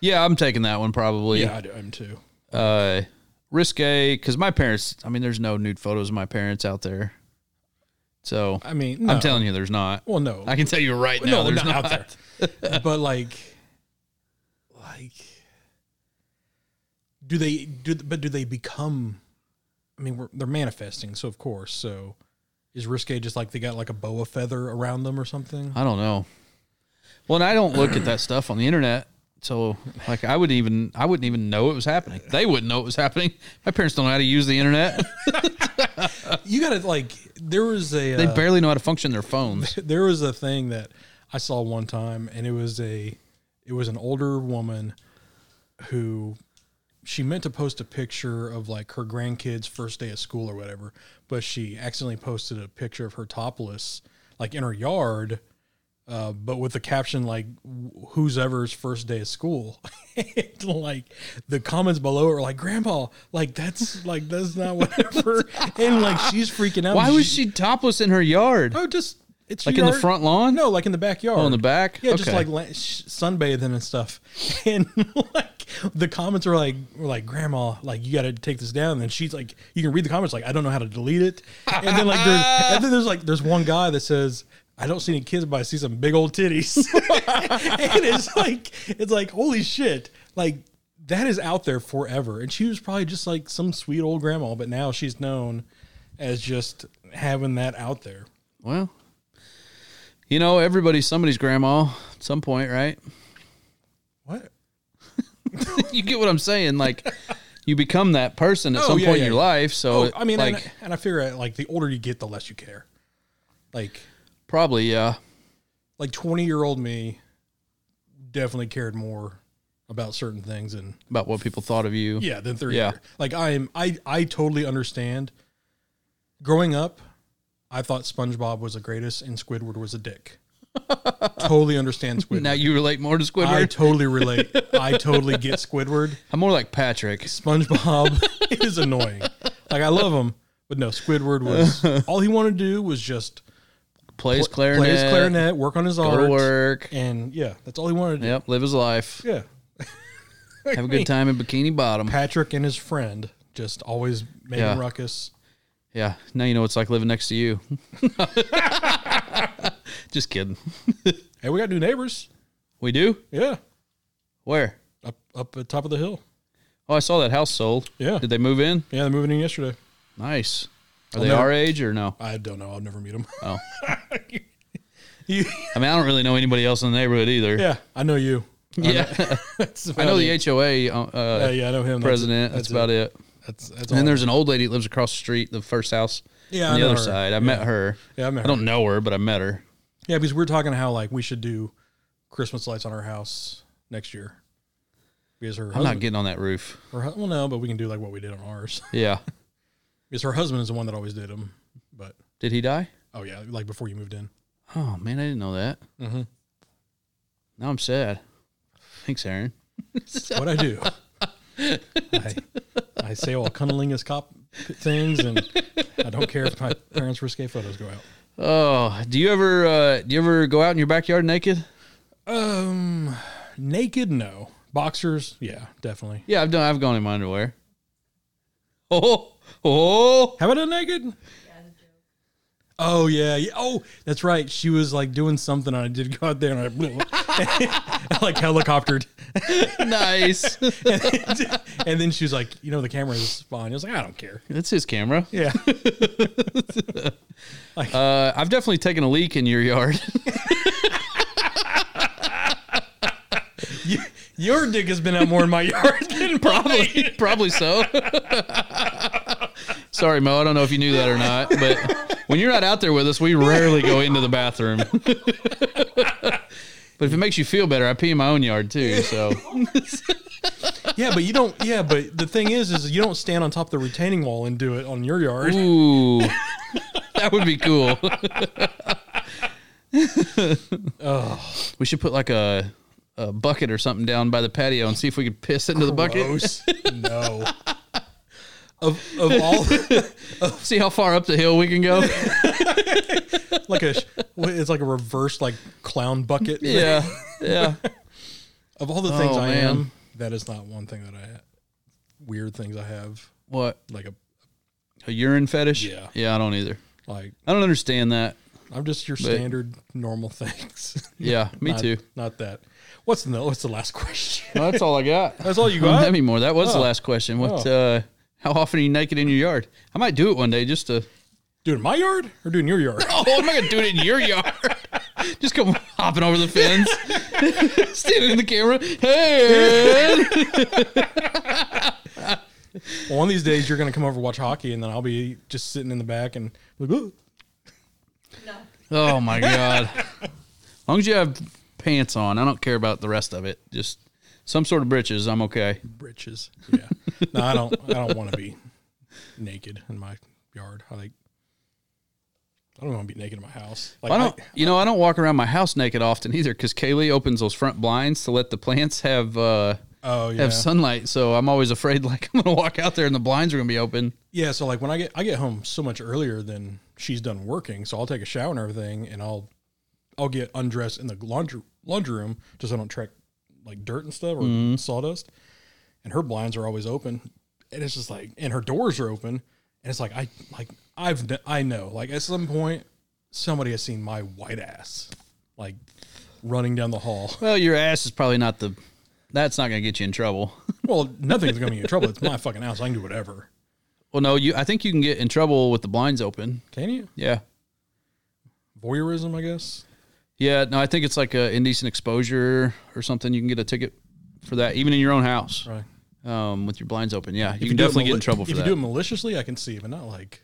[SPEAKER 1] Yeah, I'm taking that one probably.
[SPEAKER 2] Yeah, I do, I'm too.
[SPEAKER 1] Uh, risque, because my parents, I mean, there's no nude photos of my parents out there. So
[SPEAKER 2] I mean, no.
[SPEAKER 1] I'm telling you, there's not.
[SPEAKER 2] Well, no,
[SPEAKER 1] I can tell you right now,
[SPEAKER 2] no,
[SPEAKER 1] there's
[SPEAKER 2] not,
[SPEAKER 1] not.
[SPEAKER 2] out there. but like, like, do they do? But do they become? I mean, we're, they're manifesting, so of course. So, is risque just like they got like a boa feather around them or something?
[SPEAKER 1] I don't know. Well, and I don't look at that stuff on the internet. So, like, I wouldn't even, I wouldn't even know it was happening. They wouldn't know it was happening. My parents don't know how to use the internet.
[SPEAKER 2] You got to like. There was a.
[SPEAKER 1] They
[SPEAKER 2] uh,
[SPEAKER 1] barely know how to function their phones.
[SPEAKER 2] there was a thing that I saw one time, and it was a it was an older woman who she meant to post a picture of like her grandkids' first day of school or whatever, but she accidentally posted a picture of her topless, like in her yard. Uh, but with the caption like "Wh- who's ever's first day of school And, like the comments below are like grandpa like that's like that's not whatever and like she's freaking out
[SPEAKER 1] Why was she topless in her yard?
[SPEAKER 2] Oh, just it's
[SPEAKER 1] Like in the
[SPEAKER 2] yard.
[SPEAKER 1] front lawn?
[SPEAKER 2] No, like in the backyard.
[SPEAKER 1] Oh, in the back?
[SPEAKER 2] Yeah, just
[SPEAKER 1] Okay.
[SPEAKER 2] like la- sh- sunbathing and stuff. And like the comments are like, were like, Grandma, like you got to take this down. And then she's like, you can read the comments like, I don't know how to delete it. And then like, there's, and then there's like, there's one guy that says. I don't see any kids, but I see some big old titties, and it's like it's like holy shit, like that is out there forever. And she was probably just like some sweet old grandma, but now she's known as just having that out there.
[SPEAKER 1] Well, you know, everybody's somebody's grandma at some point, right?
[SPEAKER 2] What?
[SPEAKER 1] you get what I'm saying? Like, you become that person at
[SPEAKER 2] Oh,
[SPEAKER 1] some
[SPEAKER 2] yeah,
[SPEAKER 1] point
[SPEAKER 2] yeah,
[SPEAKER 1] in your
[SPEAKER 2] yeah.
[SPEAKER 1] life. So,
[SPEAKER 2] I mean,
[SPEAKER 1] Oh, like,
[SPEAKER 2] and, and I figure uh, like the older you get, the less you care. Like
[SPEAKER 1] probably, yeah.
[SPEAKER 2] like twenty year old me definitely cared more about certain things and
[SPEAKER 1] About what people thought of you.
[SPEAKER 2] yeah than thirty.
[SPEAKER 1] Yeah.
[SPEAKER 2] year- Like I am I I totally understand. Growing up, I thought SpongeBob was the greatest and Squidward was a dick. totally understand Squidward.
[SPEAKER 1] Now you relate more to
[SPEAKER 2] I
[SPEAKER 1] Squidward.
[SPEAKER 2] totally relate. I totally get Squidward.
[SPEAKER 1] I'm more like Patrick.
[SPEAKER 2] SpongeBob is annoying. Like I love him, but no, Squidward was all he wanted to do was just
[SPEAKER 1] Plays clarinet.
[SPEAKER 2] play his clarinet, work on his
[SPEAKER 1] Go to
[SPEAKER 2] art,
[SPEAKER 1] work.
[SPEAKER 2] and yeah, that's all he wanted to
[SPEAKER 1] Yep. Live his life.
[SPEAKER 2] do. Yeah,
[SPEAKER 1] Have a good time in Bikini Bottom.
[SPEAKER 2] Patrick and his friend just always making
[SPEAKER 1] Yeah.
[SPEAKER 2] ruckus.
[SPEAKER 1] Yeah, now you know what it's like living next to you. Just kidding.
[SPEAKER 2] Hey, we got new neighbors.
[SPEAKER 1] We do?
[SPEAKER 2] Yeah,
[SPEAKER 1] Where?
[SPEAKER 2] up up at the top of the hill.
[SPEAKER 1] Oh, I saw that house sold.
[SPEAKER 2] Yeah,
[SPEAKER 1] Did they move in?
[SPEAKER 2] yeah, they're moving in yesterday.
[SPEAKER 1] Nice. Are
[SPEAKER 2] I'll
[SPEAKER 1] they
[SPEAKER 2] never-
[SPEAKER 1] our age or no?
[SPEAKER 2] I don't know. I'll never meet them.
[SPEAKER 1] Oh.
[SPEAKER 2] You-
[SPEAKER 1] I mean, I don't really know anybody else in the neighborhood either.
[SPEAKER 2] yeah, I know you.
[SPEAKER 1] Yeah.
[SPEAKER 2] That's
[SPEAKER 1] I know
[SPEAKER 2] about
[SPEAKER 1] the
[SPEAKER 2] it.
[SPEAKER 1] HOA uh,
[SPEAKER 2] Yeah,
[SPEAKER 1] uh,
[SPEAKER 2] yeah, I know him. That's it.
[SPEAKER 1] president. That's, about it.
[SPEAKER 2] That's that's
[SPEAKER 1] And
[SPEAKER 2] all.
[SPEAKER 1] then there's an old lady that lives across the street, the first house
[SPEAKER 2] yeah,
[SPEAKER 1] on
[SPEAKER 2] I
[SPEAKER 1] the
[SPEAKER 2] know
[SPEAKER 1] other
[SPEAKER 2] her.
[SPEAKER 1] side. I met her.
[SPEAKER 2] Yeah, I, met
[SPEAKER 1] I
[SPEAKER 2] her.
[SPEAKER 1] don't know her, but I met her.
[SPEAKER 2] Yeah, because we were talking how like we should do Christmas lights on our house next year. Because her
[SPEAKER 1] I'm not
[SPEAKER 2] husband,
[SPEAKER 1] getting on that roof.
[SPEAKER 2] her hu- well, no, but we can do like what we did on ours.
[SPEAKER 1] Yeah.
[SPEAKER 2] Because her husband is the one that always did them. But
[SPEAKER 1] Did he die?
[SPEAKER 2] oh yeah, like before you moved in.
[SPEAKER 1] Oh, man, I didn't know that.
[SPEAKER 2] Mm-hmm.
[SPEAKER 1] Now I'm sad. Thanks, Aaron.
[SPEAKER 2] what I do. I, I say all cunnilingus cop things, and I don't care if my parents' risque photos go out.
[SPEAKER 1] Oh, do you ever uh, do you ever go out in your backyard naked?
[SPEAKER 2] Um, naked, no. Boxers, yeah, definitely.
[SPEAKER 1] Yeah, I've done. I've gone in my underwear. Oh, oh,
[SPEAKER 2] Have I done naked? Oh yeah, yeah. Oh, that's right. She was like doing something, and I did go out there and I, I, like helicoptered.
[SPEAKER 1] nice.
[SPEAKER 2] and then she was like, "You know, the camera is fine." I was like, "I don't care."
[SPEAKER 1] That's his camera.
[SPEAKER 2] Yeah,
[SPEAKER 1] Uh, I've definitely taken a leak in your yard.
[SPEAKER 2] You- your dick has been out more in my yard than probably.
[SPEAKER 1] probably, probably so. Sorry, Mo. I don't know if you knew that or not, but when you're not out there with us, we rarely go into the bathroom. but if it makes you feel better, I pee in my own yard too. So
[SPEAKER 2] Yeah, but you don't. Yeah, but the thing is, is you don't stand on top of the retaining wall and do it on your yard.
[SPEAKER 1] Ooh, that would be cool. We should put like a, a bucket or something down by the patio and see if we could piss into the bucket.
[SPEAKER 2] Gross. no. Of, of all
[SPEAKER 1] See how far up the hill we can go.
[SPEAKER 2] like a what- it's like a reverse like clown bucket.
[SPEAKER 1] yeah, yeah.
[SPEAKER 2] Of all the things
[SPEAKER 1] Oh,
[SPEAKER 2] I
[SPEAKER 1] man.
[SPEAKER 2] am, that is not one thing that I weird things I have
[SPEAKER 1] What
[SPEAKER 2] like a
[SPEAKER 1] a urine fetish?
[SPEAKER 2] Yeah.
[SPEAKER 1] yeah. I don't either.
[SPEAKER 2] like
[SPEAKER 1] I don't understand that.
[SPEAKER 2] I'm just your standard normal things.
[SPEAKER 1] Yeah, me
[SPEAKER 2] Not-
[SPEAKER 1] too.
[SPEAKER 2] Not that. What's the what's the last question?
[SPEAKER 1] Well, that's all I got. Oh.
[SPEAKER 2] That's all you
[SPEAKER 1] Don't have
[SPEAKER 2] got.
[SPEAKER 1] any more. That was the last question. What? Uh, how often are you naked in your yard? I might do it one day just to.
[SPEAKER 2] Dude, in my yard or doing your yard?
[SPEAKER 1] Oh, I'm not gonna do it in your yard. Just come hopping over the fence, standing in the camera. Hey,
[SPEAKER 2] Well, one of these days you're gonna come over and watch hockey, and then I'll be just sitting in the back and like, "Ooh."
[SPEAKER 1] oh my god! As long as you have pants on, I don't care about the rest of it. Just some sort of britches, I'm okay.
[SPEAKER 2] britches. Yeah. No, I don't. I don't want to be naked in my yard. I like. I don't want to be naked in my house. Like,
[SPEAKER 1] I don't, you know, I don't walk around my house naked often either because Kaylee opens those front blinds to let the plants have uh,
[SPEAKER 2] I- oh yeah.
[SPEAKER 1] have sunlight. So I'm always afraid, like I'm gonna walk out there and the blinds are gonna be open.
[SPEAKER 2] yeah. So like when I get I get home so much earlier than she's done working, so I'll take a shower and everything, and I'll I'll get undressed in the laundry laundry room just so I don't track like dirt and stuff or sawdust. And her blinds are always open, and it's just like, and her doors are open, and it's like I like I've kn- I know like at some point somebody has seen my white ass like running down the hall.
[SPEAKER 1] Well, your ass is probably not the. That's not gonna get you in trouble.
[SPEAKER 2] Well, nothing's gonna be in trouble. It's my fucking house. I can do whatever.
[SPEAKER 1] Well, no, you. I think you can get in trouble with the blinds open.
[SPEAKER 2] Can you
[SPEAKER 1] Yeah,
[SPEAKER 2] voyeurism? I guess.
[SPEAKER 1] yeah. No, I think it's like a indecent exposure or something. You can get a ticket for that, even in your own house,
[SPEAKER 2] Right.
[SPEAKER 1] um, with your blinds open. Yeah, you
[SPEAKER 2] If
[SPEAKER 1] can
[SPEAKER 2] do it
[SPEAKER 1] definitely get in
[SPEAKER 2] mali-
[SPEAKER 1] trouble for
[SPEAKER 2] if
[SPEAKER 1] that.
[SPEAKER 2] you do it maliciously, I can see, but not like,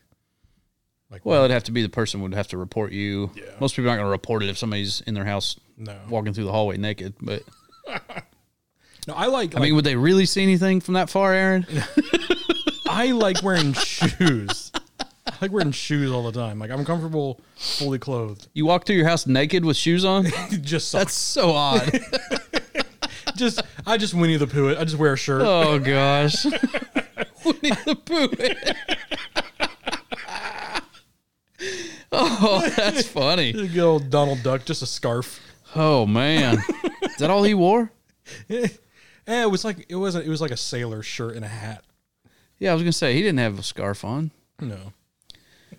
[SPEAKER 2] like
[SPEAKER 1] well, it'd have to be the person would have to report you.
[SPEAKER 2] Yeah.
[SPEAKER 1] Most people aren't gonna report it if somebody's in their house
[SPEAKER 2] no,
[SPEAKER 1] walking through the hallway naked. But
[SPEAKER 2] no. I like.
[SPEAKER 1] I mean, would they really see anything from that far, Aaron?
[SPEAKER 2] I like wearing shoes. I like wearing shoes all the time. Like I'm comfortable fully clothed.
[SPEAKER 1] You walk through your house naked with shoes on?
[SPEAKER 2] just
[SPEAKER 1] That's so odd.
[SPEAKER 2] just I just Winnie the Pooh. it. I just wear a shirt.
[SPEAKER 1] Oh gosh. Winnie the Pooh. oh, that's funny.
[SPEAKER 2] Good old Donald Duck, just a scarf.
[SPEAKER 1] Oh man. Is that all he wore?
[SPEAKER 2] Eh, it was like it wasn't. It was like a sailor shirt and a hat.
[SPEAKER 1] Yeah, I was gonna say he didn't have a scarf on.
[SPEAKER 2] No.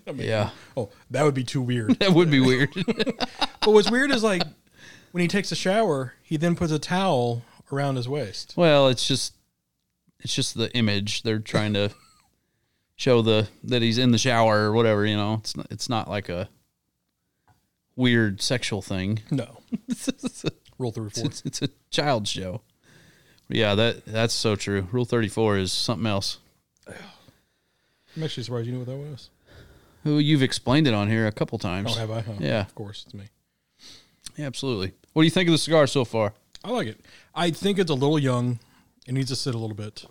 [SPEAKER 2] I mean,
[SPEAKER 1] Yeah,
[SPEAKER 2] Oh, that would be too weird.
[SPEAKER 1] that would be weird.
[SPEAKER 2] but what's weird is like when he takes a shower, he then puts a towel around his waist.
[SPEAKER 1] well, it's just it's just the image they're trying to show the that he's in the shower or whatever. You know, it's not, it's not like a weird sexual thing.
[SPEAKER 2] No. Roll through four.
[SPEAKER 1] It's, it's a child show. Yeah, that that's so true. Rule thirty four is something else.
[SPEAKER 2] I'm actually surprised you knew what that was.
[SPEAKER 1] Oh, you've explained it on here a couple times.
[SPEAKER 2] Oh, have I? Huh?
[SPEAKER 1] Yeah.
[SPEAKER 2] Of course, it's me.
[SPEAKER 1] Yeah, absolutely. What do you think of the cigar so far?
[SPEAKER 2] I like it. I think it's a little young. It needs to sit a little bit.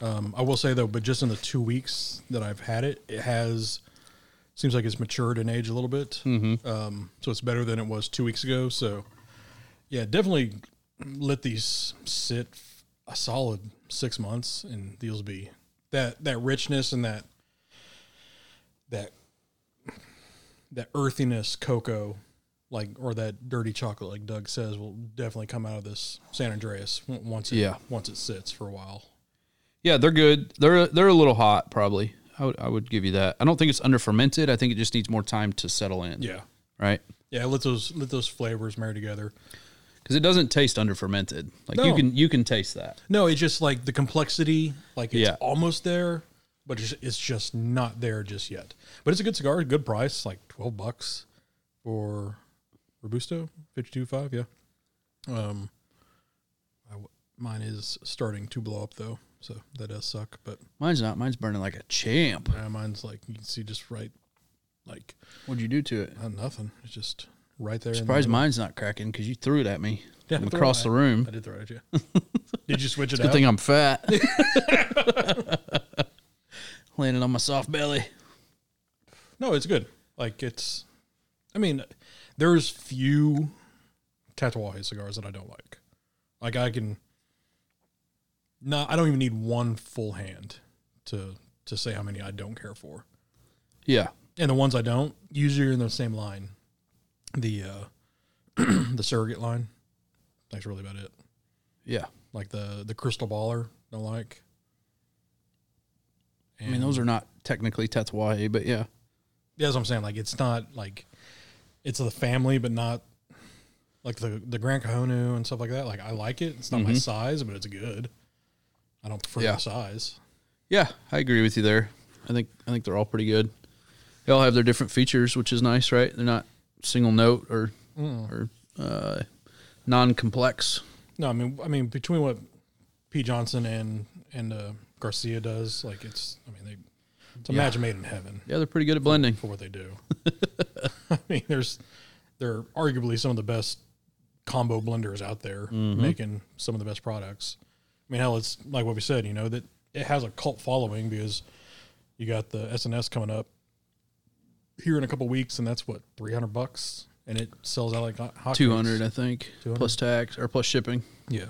[SPEAKER 2] Um, I will say though, but just in the two weeks that I've had it, it has seems like it's matured in age a little bit. Mm-hmm. Um, so it's better than it was two weeks ago. So yeah, definitely let these sit a solid six months, and these will be that that richness and that that that earthiness cocoa like or that dirty chocolate like Doug says will definitely come out of this San Andreas w- once it,
[SPEAKER 1] Yeah.
[SPEAKER 2] once it sits for a while.
[SPEAKER 1] Yeah, they're good. They're they're a little hot probably. I would I would give you that. I don't think it's under fermented. I think it just needs more time to settle in.
[SPEAKER 2] Yeah.
[SPEAKER 1] Right.
[SPEAKER 2] Yeah, let those let those flavors marry together.
[SPEAKER 1] Because it doesn't taste under fermented. Like you
[SPEAKER 2] No.
[SPEAKER 1] can you can taste that.
[SPEAKER 2] No, it's just like the complexity, like it's
[SPEAKER 1] Yeah.
[SPEAKER 2] almost there, but it's, it's just not there just yet. But it's a good cigar, good price, like twelve bucks for Robusto fifty two five. Yeah, um, I w mine is starting to blow up though, so that does suck. But
[SPEAKER 1] Mine's not. Mine's burning like a champ.
[SPEAKER 2] uh, mine's like you can see just right, like
[SPEAKER 1] What'd you do to it?
[SPEAKER 2] uh, nothing. It's just right there. in the
[SPEAKER 1] Surprised
[SPEAKER 2] middle.
[SPEAKER 1] mine's not cracking because you threw it at me
[SPEAKER 2] Yeah,
[SPEAKER 1] from
[SPEAKER 2] throw it
[SPEAKER 1] across the
[SPEAKER 2] at-
[SPEAKER 1] room.
[SPEAKER 2] I did throw it at you. did you switch it
[SPEAKER 1] Good
[SPEAKER 2] out?
[SPEAKER 1] thing I'm fat. Landing on my soft belly.
[SPEAKER 2] No, it's good. Like it's, I mean, there's few Tatuaje cigars that I don't like. Like I can, no, I don't even need one full hand to to say how many I don't care for.
[SPEAKER 1] Yeah.
[SPEAKER 2] And the ones I don't, usually are in the same line. The uh the surrogate line. That's really about it.
[SPEAKER 1] Yeah.
[SPEAKER 2] Like the the crystal baller, don't like.
[SPEAKER 1] I mean, those are not technically Tatuaje, but yeah.
[SPEAKER 2] Yeah, that's what I'm saying. Like it's not like it's the family, but not like the the Grand Kahonu and stuff like that. Like I like it. It's not my size, but it's good. I don't prefer
[SPEAKER 1] Yeah.
[SPEAKER 2] the size.
[SPEAKER 1] Yeah, I agree with you there. I think I think they're all pretty good. They all have their different features, which is nice, right? They're not single note or or uh, non complex.
[SPEAKER 2] No, I mean I mean between what P Johnson and and uh, Garcia does, like it's I mean they it's a match made in heaven
[SPEAKER 1] Yeah, they're pretty good at blending.
[SPEAKER 2] for what they do. I mean there's they're arguably some of the best combo blenders out there
[SPEAKER 1] Mm-hmm.
[SPEAKER 2] making some of the best products. I mean, hell, it's like what we said, you know, that it has a cult following because you got the SNS coming up here in a couple weeks, and that's what three hundred bucks, and it sells out like hot
[SPEAKER 1] Two hundred, I think,
[SPEAKER 2] 200.
[SPEAKER 1] plus tax or plus shipping.
[SPEAKER 2] Yeah,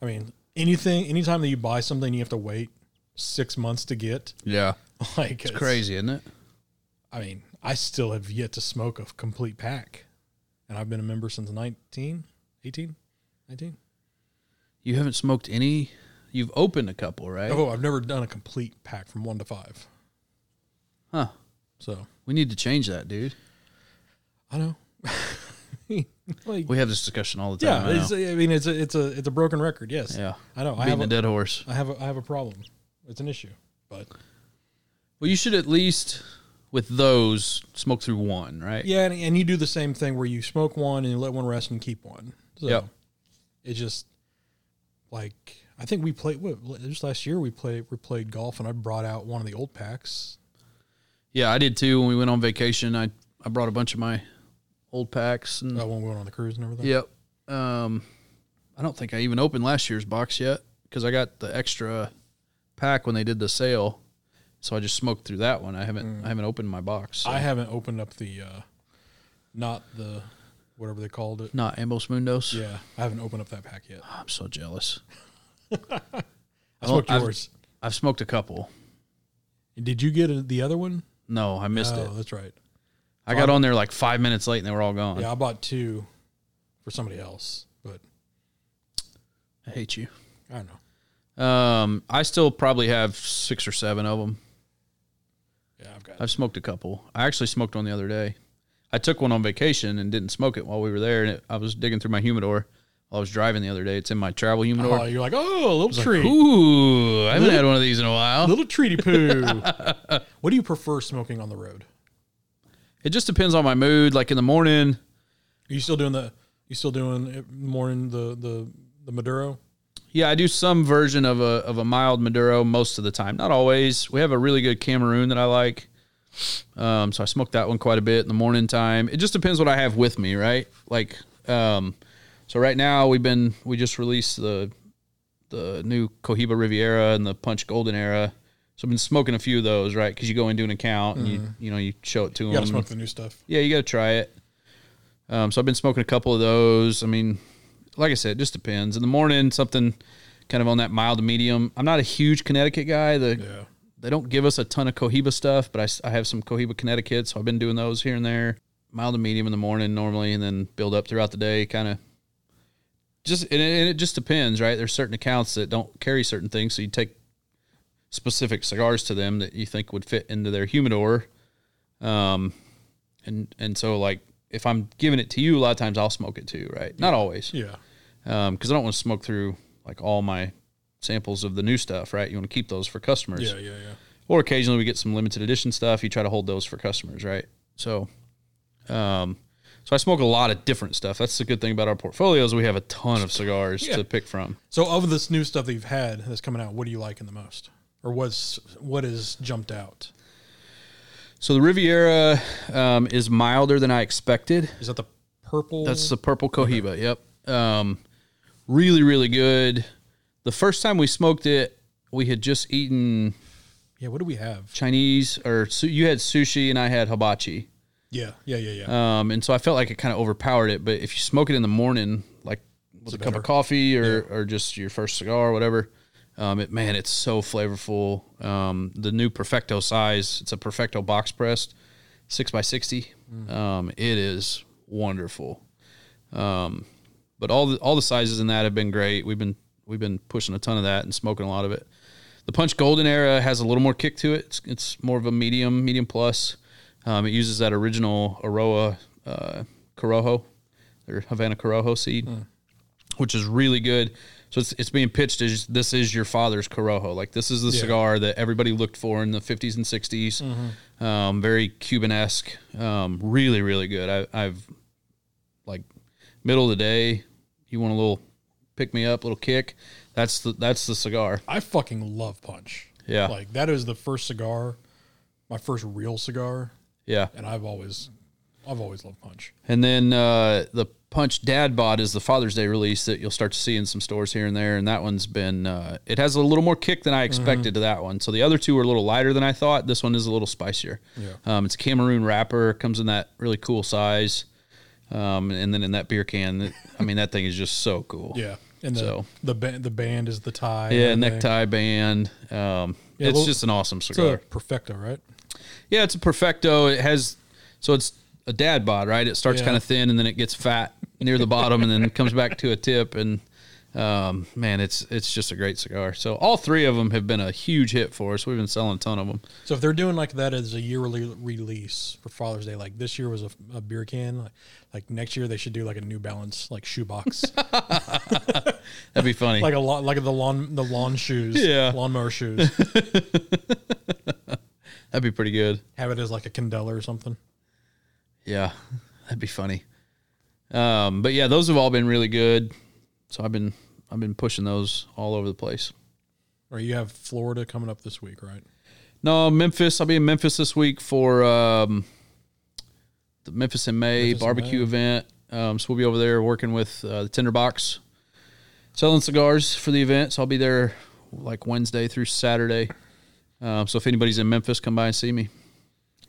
[SPEAKER 2] I mean, anything, anytime that you buy something, you have to wait six months to get.
[SPEAKER 1] Yeah,
[SPEAKER 2] Like
[SPEAKER 1] it's crazy, isn't it?
[SPEAKER 2] I mean, I still have yet to smoke a complete pack, and I've been a member since 19, 18, 19.
[SPEAKER 1] You haven't smoked any. You've opened a couple, right?
[SPEAKER 2] Oh, I've never done a complete pack from one to five.
[SPEAKER 1] Huh.
[SPEAKER 2] So
[SPEAKER 1] We need to change that, dude.
[SPEAKER 2] I know. like,
[SPEAKER 1] We have this discussion all the time.
[SPEAKER 2] yeah,
[SPEAKER 1] I know.
[SPEAKER 2] it's, I mean, it's a, it's a, it's a broken record. Yes.
[SPEAKER 1] yeah.
[SPEAKER 2] I know. I
[SPEAKER 1] Beating
[SPEAKER 2] have
[SPEAKER 1] a
[SPEAKER 2] a,
[SPEAKER 1] dead horse.
[SPEAKER 2] I have, a, I have a problem. It's an issue, but
[SPEAKER 1] Well, you should at least with those smoke through one, right?
[SPEAKER 2] yeah, and, and you do the same thing where you smoke one and you let one rest and keep one. So
[SPEAKER 1] Yep.
[SPEAKER 2] It just like I think we played. What, just last year we played we played golf and I brought out one of the old packs.
[SPEAKER 1] Yeah, I did too. When we went on vacation, I I brought a bunch of my old packs and
[SPEAKER 2] That one uh, we went on the cruise and everything.
[SPEAKER 1] yep. Um, I don't think I even opened last year's box yet because I got the extra pack when they did the sale, so I just smoked through that one. I haven't Mm. I haven't opened my box. so.
[SPEAKER 2] I haven't opened up the uh not the whatever they called it.
[SPEAKER 1] Not Ambos Mundos.
[SPEAKER 2] Yeah, I haven't opened up that pack yet.
[SPEAKER 1] I'm so jealous.
[SPEAKER 2] I smoked
[SPEAKER 1] I've-
[SPEAKER 2] yours.
[SPEAKER 1] I've smoked a couple.
[SPEAKER 2] Did you get a, the other one?
[SPEAKER 1] No, I missed
[SPEAKER 2] oh,
[SPEAKER 1] it.
[SPEAKER 2] that's right.
[SPEAKER 1] I got on there like five minutes late and they were all gone.
[SPEAKER 2] Yeah, I bought two for somebody else, but
[SPEAKER 1] I hate you.
[SPEAKER 2] I don't know.
[SPEAKER 1] Um, I still probably have six or seven of them.
[SPEAKER 2] Yeah, I've got.
[SPEAKER 1] I've smoked a couple. I actually smoked one the other day. I took one on vacation and didn't smoke it while we were there. And it, I was digging through my humidor while I was driving the other day. It's in my travel humidor.
[SPEAKER 2] Oh, you're like, oh, a little treat,
[SPEAKER 1] Ooh, I haven't had one of these in a while.
[SPEAKER 2] little treaty poo. what do you prefer smoking on the road?
[SPEAKER 1] It just depends on my mood. Like in the morning,
[SPEAKER 2] Are you still doing the? You still doing it more in the the the Maduro?
[SPEAKER 1] yeah, I do some version of a of a mild Maduro most of the time. Not always. We have a really good Cameroon that I like. Um, so I smoke that one quite a bit in the morning time. It just depends what I have with me, right? Like, um, so right now we've been we just released the the new Cohiba Riviera and the Punch Golden Era. So I've been smoking a few of those, right? Because you go and do an account and you you know you show it to
[SPEAKER 2] Mm-hmm. You
[SPEAKER 1] them.
[SPEAKER 2] gotta smoke the new stuff.
[SPEAKER 1] Yeah, you got to try it. Um, so I've been smoking a couple of those. I mean, like I said, it just depends. In the morning, something kind of on that mild to medium. I'm not a huge Connecticut guy. The,
[SPEAKER 2] Yeah.
[SPEAKER 1] They don't give us a ton of Cohiba stuff, but I s- I, have some Cohiba Connecticut, so I've been doing those here and there. Mild to medium in the morning normally, and then build up throughout the day, kind of. Just and it, and it just depends, right? There's certain accounts that don't carry certain things, so you take specific cigars to them that you think would fit into their humidor. Um, and and so like if I'm giving it to you, a lot of times I'll smoke it too, right? Not always,
[SPEAKER 2] Yeah.
[SPEAKER 1] because I don't want to smoke through like all my samples of the new stuff, right? You want to keep those for customers,
[SPEAKER 2] Yeah. Yeah. Yeah.
[SPEAKER 1] or occasionally we get some limited edition stuff. You try to hold those for customers, right? So, um, so I smoke a lot of different stuff. That's the good thing about our portfolios. We have a ton of cigars
[SPEAKER 2] Yeah.
[SPEAKER 1] to pick from.
[SPEAKER 2] So of this new stuff that you've had that's coming out, what are you liking the most, or what's what has jumped out?
[SPEAKER 1] So the Riviera um, is milder than I expected.
[SPEAKER 2] Is that the purple?
[SPEAKER 1] That's the purple Cohiba. Yep. Um, really, really good. The first time we smoked it, we had just eaten
[SPEAKER 2] yeah. What do we have?
[SPEAKER 1] Chinese, or su- you had sushi and I had hibachi.
[SPEAKER 2] Yeah. Yeah. Yeah. Yeah.
[SPEAKER 1] Um, and so I felt like it kind of overpowered it. But if you smoke it in the morning, like with a cup of coffee or, or just your first cigar or whatever, um, it man, it's so flavorful. Um, the new Perfecto size, it's a Perfecto box pressed, six by sixty. Um, it is wonderful. Um, but all the all the sizes in that have been great. We've been we've been pushing a ton of that and smoking a lot of it. The Punch Golden Era has a little more kick to it. It's, it's more of a medium, medium plus. Um, it uses that original Aroa uh, Corojo or Havana Corojo seed, which is really good. So it's, it's being pitched as this is your father's Corojo. Like this is the cigar that everybody looked for in the 50s and 60s. Um, very Cuban esque. Um, really, really good. I, I've like middle of the day, you want a little pick me up, little kick. That's the that's the cigar.
[SPEAKER 2] I fucking love Punch.
[SPEAKER 1] Yeah.
[SPEAKER 2] Like that is the first cigar, my first real cigar,
[SPEAKER 1] Yeah.
[SPEAKER 2] and I've always, I've always loved Punch.
[SPEAKER 1] And then uh, the Punch Dad Bod is the Father's Day release that you'll start to see in some stores here and there. And that one's been, uh, it has a little more kick than I
[SPEAKER 2] Mm-hmm.
[SPEAKER 1] expected to that one. So the other two are a little lighter than I thought. This one is a little spicier.
[SPEAKER 2] Yeah.
[SPEAKER 1] Um, it's a Cameroon wrapper, comes in that really cool size. Um, and then in that beer can, that- I mean, that thing is just so cool.
[SPEAKER 2] Yeah. And the
[SPEAKER 1] So.
[SPEAKER 2] the band the band is the tie. and
[SPEAKER 1] Yeah,
[SPEAKER 2] everything.
[SPEAKER 1] necktie band. Um,
[SPEAKER 2] Yeah,
[SPEAKER 1] it's
[SPEAKER 2] well,
[SPEAKER 1] just an awesome cigar.
[SPEAKER 2] It's a perfecto, right?
[SPEAKER 1] Yeah, it's a perfecto. It has so it's a dad bod, right? It starts
[SPEAKER 2] Yeah.
[SPEAKER 1] kind of thin and then it gets fat near the bottom and then comes back to a tip and um, man, it's it's just a great cigar. So all three of them have been a huge hit for us. We've been selling a ton of them.
[SPEAKER 2] So if they're doing like that as a yearly release for Father's Day, like this year was a, a beer can, like, like next year they should do like a New Balance like shoebox,
[SPEAKER 1] That'd be funny.
[SPEAKER 2] like a lot like the lawn the lawn shoes,
[SPEAKER 1] Yeah.
[SPEAKER 2] lawnmower shoes.
[SPEAKER 1] That'd be pretty good.
[SPEAKER 2] Have it as like a candela or something.
[SPEAKER 1] Yeah, that'd be funny. Um, but yeah, those have all been really good. So I've been I've been pushing those all over the place.
[SPEAKER 2] Or you have Florida coming up this week, right?
[SPEAKER 1] No, Memphis. I'll be in Memphis this week for um, the Memphis in May
[SPEAKER 2] Memphis in
[SPEAKER 1] barbecue event. Um, so we'll be over there working with uh, the Tinderbox, selling cigars for the event. So I'll be there like Wednesday through Saturday. Um, so if anybody's in Memphis, come by and see me.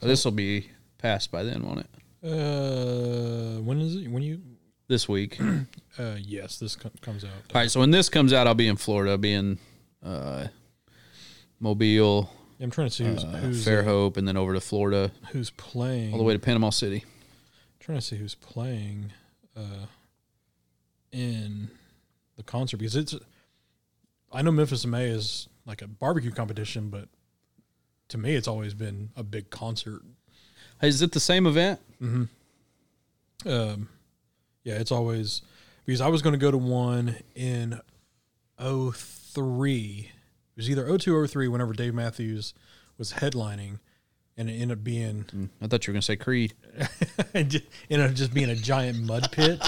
[SPEAKER 1] This will be passed by then, won't it?
[SPEAKER 2] Uh, when is it? When you?
[SPEAKER 1] This week.
[SPEAKER 2] Uh, yes, this com- comes out.
[SPEAKER 1] All right. So when this comes out, I'll be in Florida. I'll be in uh, Mobile,
[SPEAKER 2] I'm trying to see who's
[SPEAKER 1] uh,
[SPEAKER 2] who's, Hmm.
[SPEAKER 1] Fairhope, and then over to Florida,
[SPEAKER 2] who's playing.
[SPEAKER 1] all the way to Panama City.
[SPEAKER 2] trying to see who's playing uh, in the concert because it's I know Memphis in May is like a barbecue competition, but to me, it's always been a big concert.
[SPEAKER 1] Is it the same event?
[SPEAKER 2] Um, yeah, it's always because I was going to go to one in 03. It was either 02 or 03 whenever Dave Matthews was headlining, and it ended up being
[SPEAKER 1] I thought you were going to say Creed.
[SPEAKER 2] it ju- ended up just being a giant mud pit,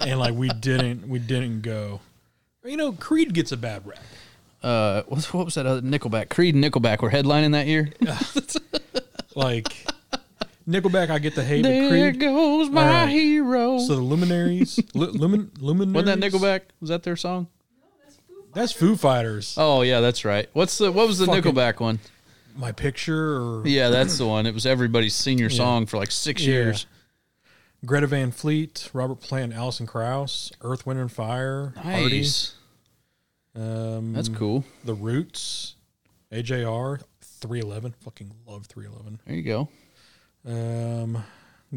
[SPEAKER 2] and like we didn't we didn't go. You know, Creed gets a bad rap.
[SPEAKER 1] Uh, what, what was that other Nickelback? Creed and Nickelback were headlining that year.
[SPEAKER 2] Like Nickelback, I get the hate. but
[SPEAKER 1] there
[SPEAKER 2] Creed,
[SPEAKER 1] goes my
[SPEAKER 2] All right.
[SPEAKER 1] hero.
[SPEAKER 2] So the Luminaries, Lu- Lumin, Luminaries.
[SPEAKER 1] Wasn't that Nickelback? Was that their song?
[SPEAKER 2] That's Foo Fighters.
[SPEAKER 1] Oh yeah, that's right. What's the what was the
[SPEAKER 2] Fucking-
[SPEAKER 1] Nickelback one?
[SPEAKER 2] My picture or
[SPEAKER 1] Yeah, that's the one. It was everybody's senior song for like six
[SPEAKER 2] Yeah.
[SPEAKER 1] years.
[SPEAKER 2] Greta Van Fleet, Robert Plant, Allison Krauss, Earth, Wind and Fire, Hardy,
[SPEAKER 1] Nice.
[SPEAKER 2] um,
[SPEAKER 1] That's cool.
[SPEAKER 2] The Roots, AJR, Three Eleven. Fucking love Three Eleven.
[SPEAKER 1] There you go.
[SPEAKER 2] Um,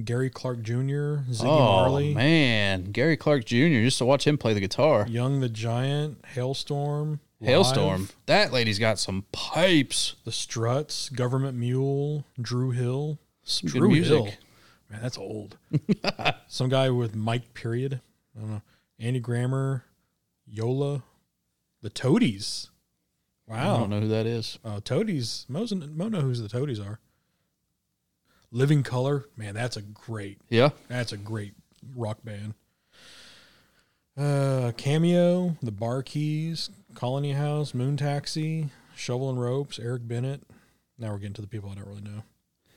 [SPEAKER 2] Gary Clark Jr., Ziggy
[SPEAKER 1] oh
[SPEAKER 2] Marley,
[SPEAKER 1] man, Gary Clark Jr. Just to watch him play the guitar.
[SPEAKER 2] Young the Giant, Hailstorm, Live,
[SPEAKER 1] Hailstorm. That lady's got some pipes.
[SPEAKER 2] The Struts, Government Mule, Drew Hill.
[SPEAKER 1] Some good music.
[SPEAKER 2] Man, that's old. Some guy with Mike Period. I don't know. Andy Grammer, Yola, the Toadies.
[SPEAKER 1] I
[SPEAKER 2] Wow.
[SPEAKER 1] don't know who that is.
[SPEAKER 2] Uh, toadies. Mo's Mo know who's the Toadies are. Living Color. Man, that's a great.
[SPEAKER 1] Yeah.
[SPEAKER 2] That's a great rock band. Uh, Cameo, The Bar Keys, Colony House, Moon Taxi, Shovel and Ropes, Eric Bennett. Now we're getting to the people I don't really know.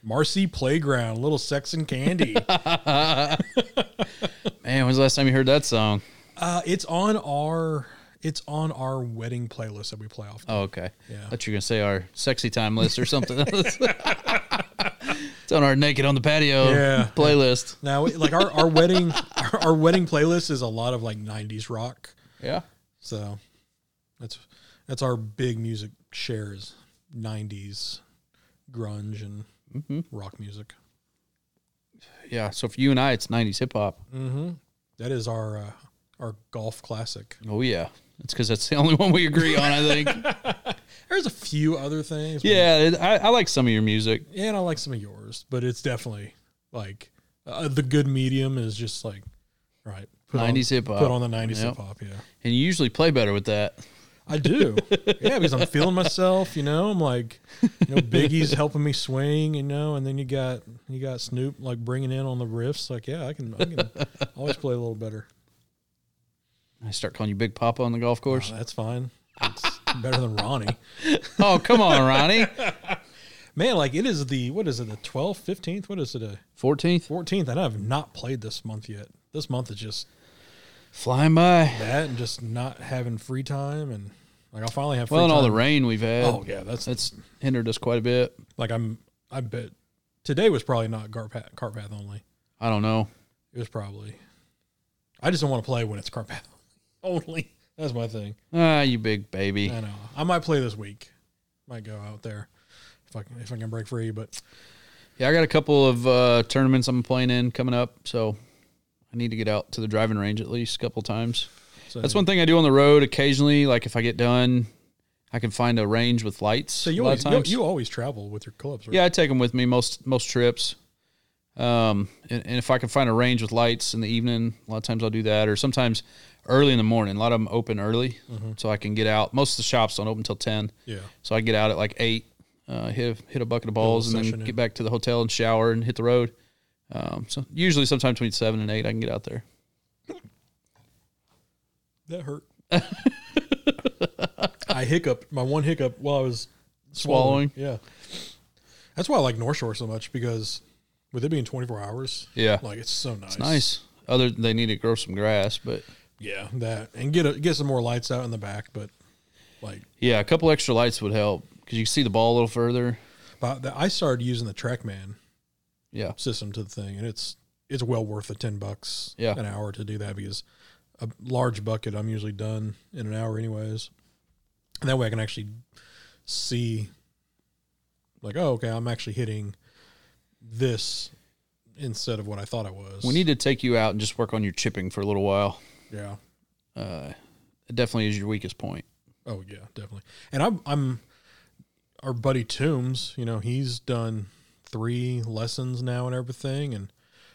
[SPEAKER 2] Marcy Playground, Little Sex and Candy.
[SPEAKER 1] Man, when's the last time you heard that song?
[SPEAKER 2] uh, it's on our it's on our wedding playlist that we play off.
[SPEAKER 1] Oh, okay.
[SPEAKER 2] Yeah.
[SPEAKER 1] I thought you were gonna say our sexy time list or something else. it's on our naked on the patio
[SPEAKER 2] Yeah.
[SPEAKER 1] playlist.
[SPEAKER 2] Now, like our, our wedding our, our wedding playlist is a lot of like '90s rock.
[SPEAKER 1] Yeah.
[SPEAKER 2] So that's that's our big music shares '90s grunge and
[SPEAKER 1] Mm-hmm.
[SPEAKER 2] rock music.
[SPEAKER 1] Yeah. So for you and I, it's '90s hip hop.
[SPEAKER 2] Mm. That is our uh, our golf classic.
[SPEAKER 1] Oh yeah, it's because that's the only one we agree on. I think.
[SPEAKER 2] There's a few other things. but-
[SPEAKER 1] yeah, it, I, I like some of your music.
[SPEAKER 2] and I like some of yours, but it's definitely like uh, the good medium is just like all right. put on-
[SPEAKER 1] 90s hip-hop.
[SPEAKER 2] Put on the '90s
[SPEAKER 1] Yep.
[SPEAKER 2] hip hop. Yeah.
[SPEAKER 1] And you usually play better with that.
[SPEAKER 2] I do. yeah, because I'm feeling myself, you know. I'm like, you know, Biggie's helping me swing, you know, and then you got you got Snoop like bringing in on the riffs. Like, yeah, I can, I can always play a little better.
[SPEAKER 1] I start calling you Big Papa on the golf course.
[SPEAKER 2] Oh, that's fine. It's better than Ronnie. Uh-huh.
[SPEAKER 1] oh, come on, Ronnie.
[SPEAKER 2] Man, like it is the what is it the 12th, 15th? What is it a
[SPEAKER 1] 14th,
[SPEAKER 2] 14th? And I have not played this month yet. This month is just
[SPEAKER 1] flying by.
[SPEAKER 2] that and just not having free time and like I finally have. Free
[SPEAKER 1] Well, and
[SPEAKER 2] time.
[SPEAKER 1] all the rain we've had,
[SPEAKER 2] oh yeah, that's
[SPEAKER 1] that's hindered us quite a bit.
[SPEAKER 2] like I'm. I bet today was probably not cart path, cart path only.
[SPEAKER 1] I don't know.
[SPEAKER 2] It was probably. I just don't want to play when it's Carpath only. That's my thing.
[SPEAKER 1] Ah, you big baby.
[SPEAKER 2] I know. I might play this week. Might go out there if I can, if I can break free. But
[SPEAKER 1] Yeah, I got a couple of uh, tournaments I'm playing in coming up, so I need to get out to the driving range at least a couple times.
[SPEAKER 2] so,
[SPEAKER 1] That's one thing I do on the road occasionally. Like if I get done, I can find a range with lights.
[SPEAKER 2] So
[SPEAKER 1] a
[SPEAKER 2] you
[SPEAKER 1] lot of
[SPEAKER 2] always you,
[SPEAKER 1] times.
[SPEAKER 2] you always travel with your clubs, right?
[SPEAKER 1] Yeah, I take them with me most most trips. Um, and, and if I can find a range with lights in the evening, a lot of times I'll do that, or sometimes early in the morning. A lot of them open early,
[SPEAKER 2] Mm-hmm.
[SPEAKER 1] so I can get out. Most of the shops don't open till ten,
[SPEAKER 2] Yeah.
[SPEAKER 1] so I get out at like eight, uh, hit a, hit a bucket of balls, and
[SPEAKER 2] session
[SPEAKER 1] then
[SPEAKER 2] in.
[SPEAKER 1] get back to the hotel and shower and hit the road. Um, so usually sometime between seven and eight, I can get out there.
[SPEAKER 2] That hurt. I hiccuped my one hiccup while I was
[SPEAKER 1] Swallowing.
[SPEAKER 2] Yeah. That's why I like North Shore so much because with it being 24 hours,
[SPEAKER 1] Yeah,
[SPEAKER 2] like it's so nice.
[SPEAKER 1] nice. Other they need to grow some grass, but
[SPEAKER 2] Yeah, that and get a, get some more lights out in the back, but like
[SPEAKER 1] yeah, a couple extra lights would help because you can see the ball a little further.
[SPEAKER 2] But the, I started using the TrackMan
[SPEAKER 1] Yeah,
[SPEAKER 2] system to the thing, and it's it's well worth the ten bucks
[SPEAKER 1] Yeah.
[SPEAKER 2] an hour to do that because a large bucket I'm usually done in an hour anyways. And that way I can actually see, like, oh, okay, I'm actually hitting this instead of what I thought I was.
[SPEAKER 1] We need to take you out and just work on your chipping for a little while.
[SPEAKER 2] yeah.
[SPEAKER 1] Uh, it definitely is your weakest point.
[SPEAKER 2] Oh yeah, definitely. And I'm I'm our buddy Toombs, you know, he's done three lessons now and everything and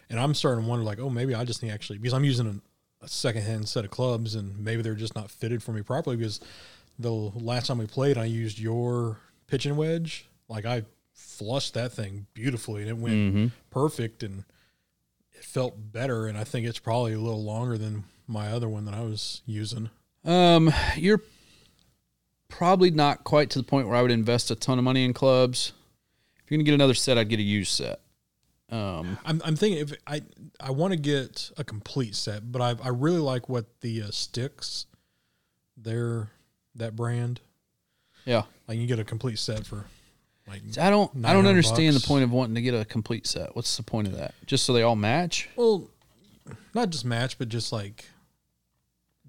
[SPEAKER 2] and I'm starting to wonder like, oh maybe I just need to actually because I'm using a, a secondhand set of clubs and maybe they're just not fitted for me properly because the last time we played I used your pitching wedge. Like I flushed that thing beautifully and it went
[SPEAKER 1] Mm.
[SPEAKER 2] perfect and it felt better and I think it's probably a little longer than my other one that I was using.
[SPEAKER 1] Um, you're probably not quite to the point where I would invest a ton of money in clubs. If you're gonna get another set, I'd get a used set. Um,
[SPEAKER 2] I'm, I'm thinking if I I want to get a complete set, but I I really like what the uh, sticks, their that brand.
[SPEAKER 1] yeah,
[SPEAKER 2] Like you get a complete set for, like
[SPEAKER 1] I don't, I don't
[SPEAKER 2] 900
[SPEAKER 1] understand
[SPEAKER 2] bucks.
[SPEAKER 1] the point of wanting to get a complete set. What's the point of that? Just so they all match?
[SPEAKER 2] well, not just match, but just like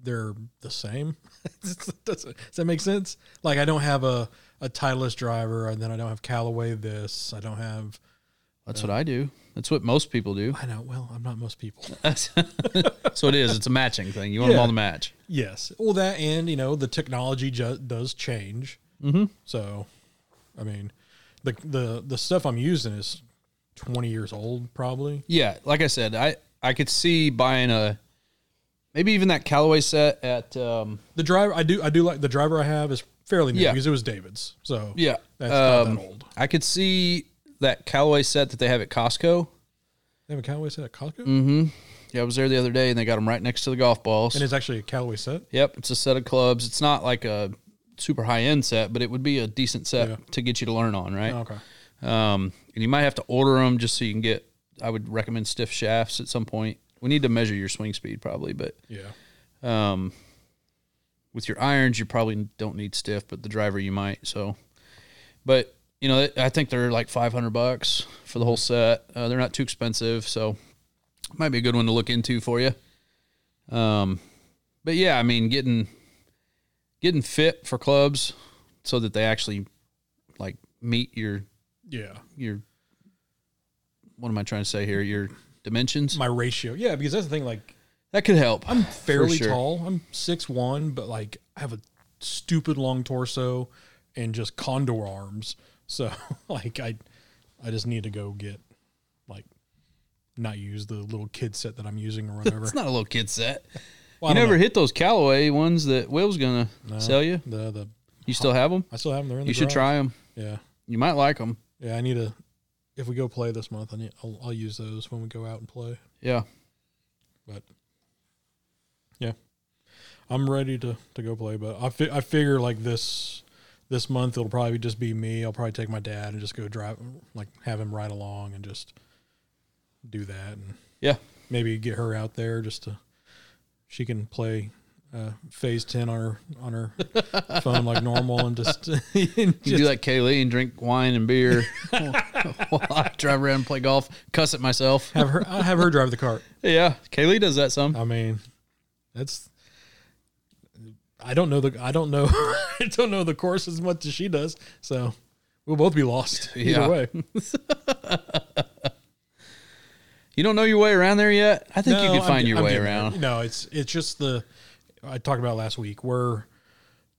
[SPEAKER 2] they're the same. does, does that make sense? Like I don't have a a Titleist driver, and then I don't have Callaway this. I don't have.
[SPEAKER 1] That's what I do. That's what most people do.
[SPEAKER 2] I know. Well, I'm not most people.
[SPEAKER 1] so it is. It's a matching thing. You want them
[SPEAKER 2] Yeah.
[SPEAKER 1] all to match.
[SPEAKER 2] Yes. Well, that and you know the technology ju- does change. Mm-hmm. So, I mean, the the the stuff I'm using is 20 years old probably.
[SPEAKER 1] Yeah, like I said, I I could see buying a maybe even that Callaway set at um,
[SPEAKER 2] The driver I do I do like the driver I have is fairly new
[SPEAKER 1] Yeah.
[SPEAKER 2] because it was David's. So
[SPEAKER 1] yeah.
[SPEAKER 2] that's not
[SPEAKER 1] um,
[SPEAKER 2] that old.
[SPEAKER 1] I could see that Callaway set that they have at Costco.
[SPEAKER 2] They have a Callaway set at Costco,
[SPEAKER 1] Mm-hmm. Yeah, I was there the other day and they got them right next to the golf balls.
[SPEAKER 2] and it's actually a Callaway set.
[SPEAKER 1] yep, it's a set of clubs. It's not like a super high end set, but it would be a decent set
[SPEAKER 2] Yeah.
[SPEAKER 1] to get you to learn on, right?
[SPEAKER 2] Okay.
[SPEAKER 1] Um, and you might have to order them just so you can get. I would recommend stiff shafts at some point. We need to measure your swing speed probably, but
[SPEAKER 2] Yeah.
[SPEAKER 1] Um, with your irons, you probably don't need stiff, but the driver you might. So, but you know, I think they're like five hundred bucks for the whole set. Uh, they're not too expensive, so might be a good one to look into for you. Um, but yeah, I mean, getting getting fit for clubs so that they actually like meet your
[SPEAKER 2] Yeah.
[SPEAKER 1] your what am I trying to say here? Your dimensions
[SPEAKER 2] My ratio. Yeah, because that's the thing like
[SPEAKER 1] that could help.
[SPEAKER 2] I'm fairly
[SPEAKER 1] sure.
[SPEAKER 2] tall. I'm six one, but like I have a stupid long torso and just condor arms. So like I, I just need to go get like not use the little kid set that I'm using or whatever.
[SPEAKER 1] It's not a little kid set.
[SPEAKER 2] Well, I
[SPEAKER 1] you
[SPEAKER 2] don't
[SPEAKER 1] never
[SPEAKER 2] know.
[SPEAKER 1] hit those Callaway ones that Will's gonna sell you.
[SPEAKER 2] the the
[SPEAKER 1] You still have them?
[SPEAKER 2] I still have them. They're in
[SPEAKER 1] You
[SPEAKER 2] the
[SPEAKER 1] should
[SPEAKER 2] garage.
[SPEAKER 1] try them.
[SPEAKER 2] Yeah,
[SPEAKER 1] You might like them.
[SPEAKER 2] yeah. I need to. If we go play this month, I need, I'll, I'll use those when we go out and play.
[SPEAKER 1] Yeah.
[SPEAKER 2] But yeah, I'm ready to to go play. But I fi- I figure like this this month it'll probably just be me. I'll probably take my dad and just go drive, like have him ride along and just do that, and
[SPEAKER 1] Yeah.
[SPEAKER 2] maybe get her out there just to she can play. Uh, phase ten on her on her phone like normal and just, and
[SPEAKER 1] You
[SPEAKER 2] just-
[SPEAKER 1] do like Kaylee and drink wine and beer while I drive around and play golf, cuss at myself.
[SPEAKER 2] have her I'll have her drive the cart.
[SPEAKER 1] Yeah. Kaylee does that some.
[SPEAKER 2] I mean, that's. I don't know the I don't know I don't know the course as much as she does, so we'll both be lost either
[SPEAKER 1] Yeah.
[SPEAKER 2] way.
[SPEAKER 1] You don't know your way around there yet? I think
[SPEAKER 2] No,
[SPEAKER 1] you could
[SPEAKER 2] I'm
[SPEAKER 1] find
[SPEAKER 2] get-
[SPEAKER 1] your
[SPEAKER 2] I'm
[SPEAKER 1] way
[SPEAKER 2] getting
[SPEAKER 1] around.
[SPEAKER 2] there. No, it's it's just the I talked about last week. We're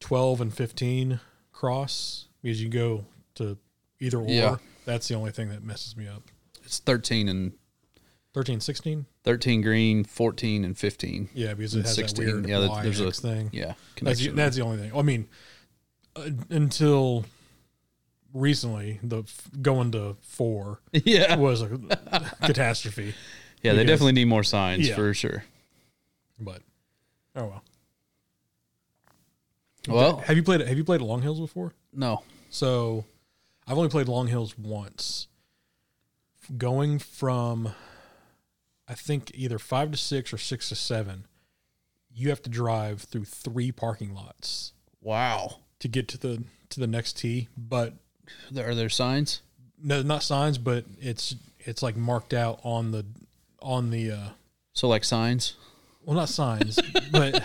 [SPEAKER 2] twelve and fifteen cross because you go to either or.
[SPEAKER 1] Yeah.
[SPEAKER 2] That's the only thing that messes me up.
[SPEAKER 1] It's 13 and
[SPEAKER 2] 13, 16?
[SPEAKER 1] 13 green, 14 and 15.
[SPEAKER 2] Yeah, because it has
[SPEAKER 1] 16.
[SPEAKER 2] that weird
[SPEAKER 1] Yeah,
[SPEAKER 2] yeah,
[SPEAKER 1] that- there's a-
[SPEAKER 2] thing.
[SPEAKER 1] Yeah.
[SPEAKER 2] That's the,
[SPEAKER 1] Connection.
[SPEAKER 2] that's the only thing. I mean, uh, until recently, the f- going to four
[SPEAKER 1] yeah.
[SPEAKER 2] was a catastrophe.
[SPEAKER 1] Yeah. They
[SPEAKER 2] because-
[SPEAKER 1] definitely need more signs
[SPEAKER 2] Yeah.
[SPEAKER 1] for sure.
[SPEAKER 2] But oh well.
[SPEAKER 1] Well,
[SPEAKER 2] Have you played Have you played Long Hills before?
[SPEAKER 1] no.
[SPEAKER 2] So, I've only played Long Hills once. Going from, I think either five to six or six to seven, you have to drive through three parking lots
[SPEAKER 1] Wow.
[SPEAKER 2] to get to the to the next tee. But
[SPEAKER 1] There, are there signs?
[SPEAKER 2] no, not signs, but it's it's like marked out on the on the uh,
[SPEAKER 1] So like signs?
[SPEAKER 2] well, not signs, but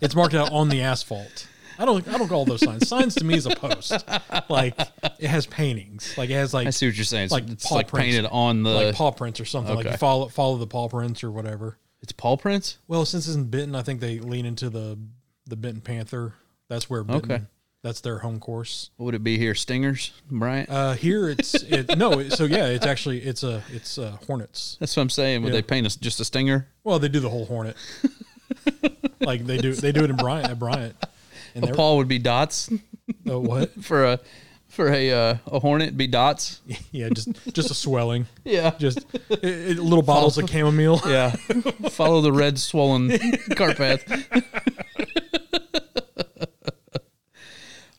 [SPEAKER 2] it's marked out on the asphalt. I don't I don't call those signs. Signs to me is a post. Like it has paintings. Like it has like
[SPEAKER 1] I see what you're saying. It's like,
[SPEAKER 2] Like
[SPEAKER 1] it's
[SPEAKER 2] paw
[SPEAKER 1] like
[SPEAKER 2] prints.
[SPEAKER 1] painted on the.
[SPEAKER 2] like paw prints or something. Like
[SPEAKER 1] uh, Okay.
[SPEAKER 2] you follow follow the paw prints or whatever.
[SPEAKER 1] it's paw prints.
[SPEAKER 2] Well, since it's in Benton, I think they lean into the the Benton Panther That's where Benton,
[SPEAKER 1] Okay.
[SPEAKER 2] that's their home course.
[SPEAKER 1] What would it be here? Stingers, Bryant?
[SPEAKER 2] Uh, here it's it, no, it- so yeah, it's actually it's a it's uh Hornets.
[SPEAKER 1] That's what I'm saying. Would
[SPEAKER 2] yeah.
[SPEAKER 1] they paint us just a stinger?
[SPEAKER 2] Well, they do the whole Hornet, like they do they do it in Bryant at Bryant. And they're
[SPEAKER 1] Paul would be dots
[SPEAKER 2] oh, what?
[SPEAKER 1] for a for a uh, a hornet. Be dots.
[SPEAKER 2] Yeah, just just a swelling,
[SPEAKER 1] Yeah,
[SPEAKER 2] just it, it- little bottles of chamomile.
[SPEAKER 1] yeah. Follow the red swollen cart path.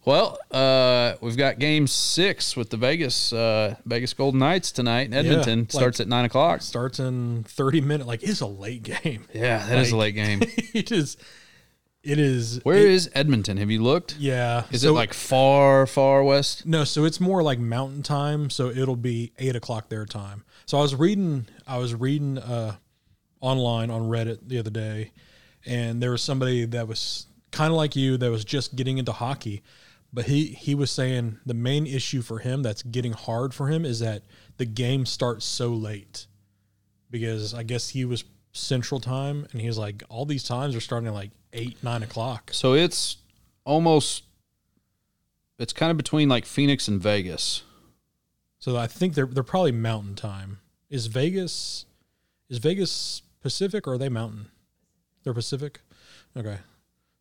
[SPEAKER 1] well, uh, we've got game six with the Vegas uh, Vegas Golden Knights tonight in Edmonton.
[SPEAKER 2] like-
[SPEAKER 1] Starts at nine o'clock.
[SPEAKER 2] Starts in thirty minutes. Like it's a late game.
[SPEAKER 1] Yeah, that is a late game.
[SPEAKER 2] it is. It is.
[SPEAKER 1] Where is Edmonton? Have you looked?
[SPEAKER 2] Yeah.
[SPEAKER 1] Is
[SPEAKER 2] so-
[SPEAKER 1] it like far, far west?
[SPEAKER 2] No, so it's more like mountain time, so it'll be eight o'clock their time. So I was reading, I was reading uh, online on Reddit the other day, and there was somebody that was kind of like you that was just getting into hockey, but he he was saying the main issue for him that's getting hard for him is that the game starts so late, because I guess he was Central Time, and he's like all these times are starting at like eight nine o'clock.
[SPEAKER 1] So it's almost it's kind of between like Phoenix and Vegas.
[SPEAKER 2] So I think they're they're probably mountain time. Is Vegas is Vegas Pacific or are they mountain? They're Pacific? Okay.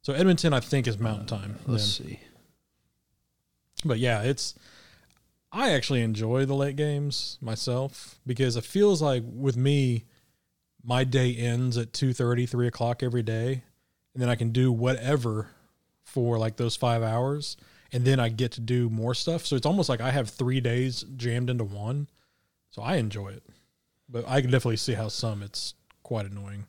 [SPEAKER 2] So Edmonton I think is mountain time. then.
[SPEAKER 1] Let's see.
[SPEAKER 2] But yeah, it's I actually enjoy the late games myself because it feels like with me, my day ends at 2.30, 3 o'clock every day, and then I can do whatever for like those five hours, and then I get to do more stuff. So it's almost like I have three days jammed into one. So I enjoy it. But I can definitely see how some it's quite annoying.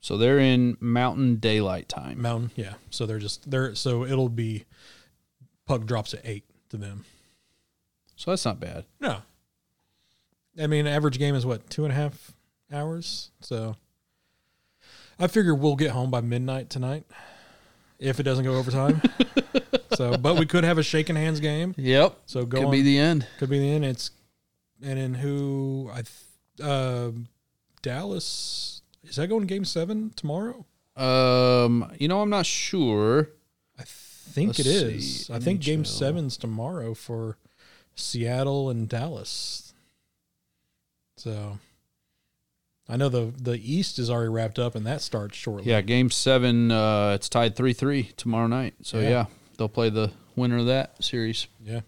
[SPEAKER 1] So they're in Mountain Daylight Time.
[SPEAKER 2] Mountain, yeah. So they're just they're so it'll be puck drops at eight to them.
[SPEAKER 1] So that's not bad.
[SPEAKER 2] No. I mean, average game is what two and a half hours. So I figure we'll get home by midnight tonight, if it doesn't go overtime. so, but we could have a shaking hands game.
[SPEAKER 1] Yep.
[SPEAKER 2] So go
[SPEAKER 1] Could
[SPEAKER 2] on,
[SPEAKER 1] be the end.
[SPEAKER 2] could be the end. It's and in who I th- uh, Dallas is that going to game seven tomorrow?
[SPEAKER 1] Um, you know, I'm not sure.
[SPEAKER 2] I think
[SPEAKER 1] Let's
[SPEAKER 2] it is.
[SPEAKER 1] see,
[SPEAKER 2] I think game
[SPEAKER 1] NHL.
[SPEAKER 2] seven's tomorrow for Seattle and Dallas. So I know the the East is already wrapped up and that starts shortly.
[SPEAKER 1] Yeah, game seven, uh, it's tied three three tomorrow night. So
[SPEAKER 2] Yeah.
[SPEAKER 1] yeah. They'll play the winner of that series.
[SPEAKER 2] Yeah.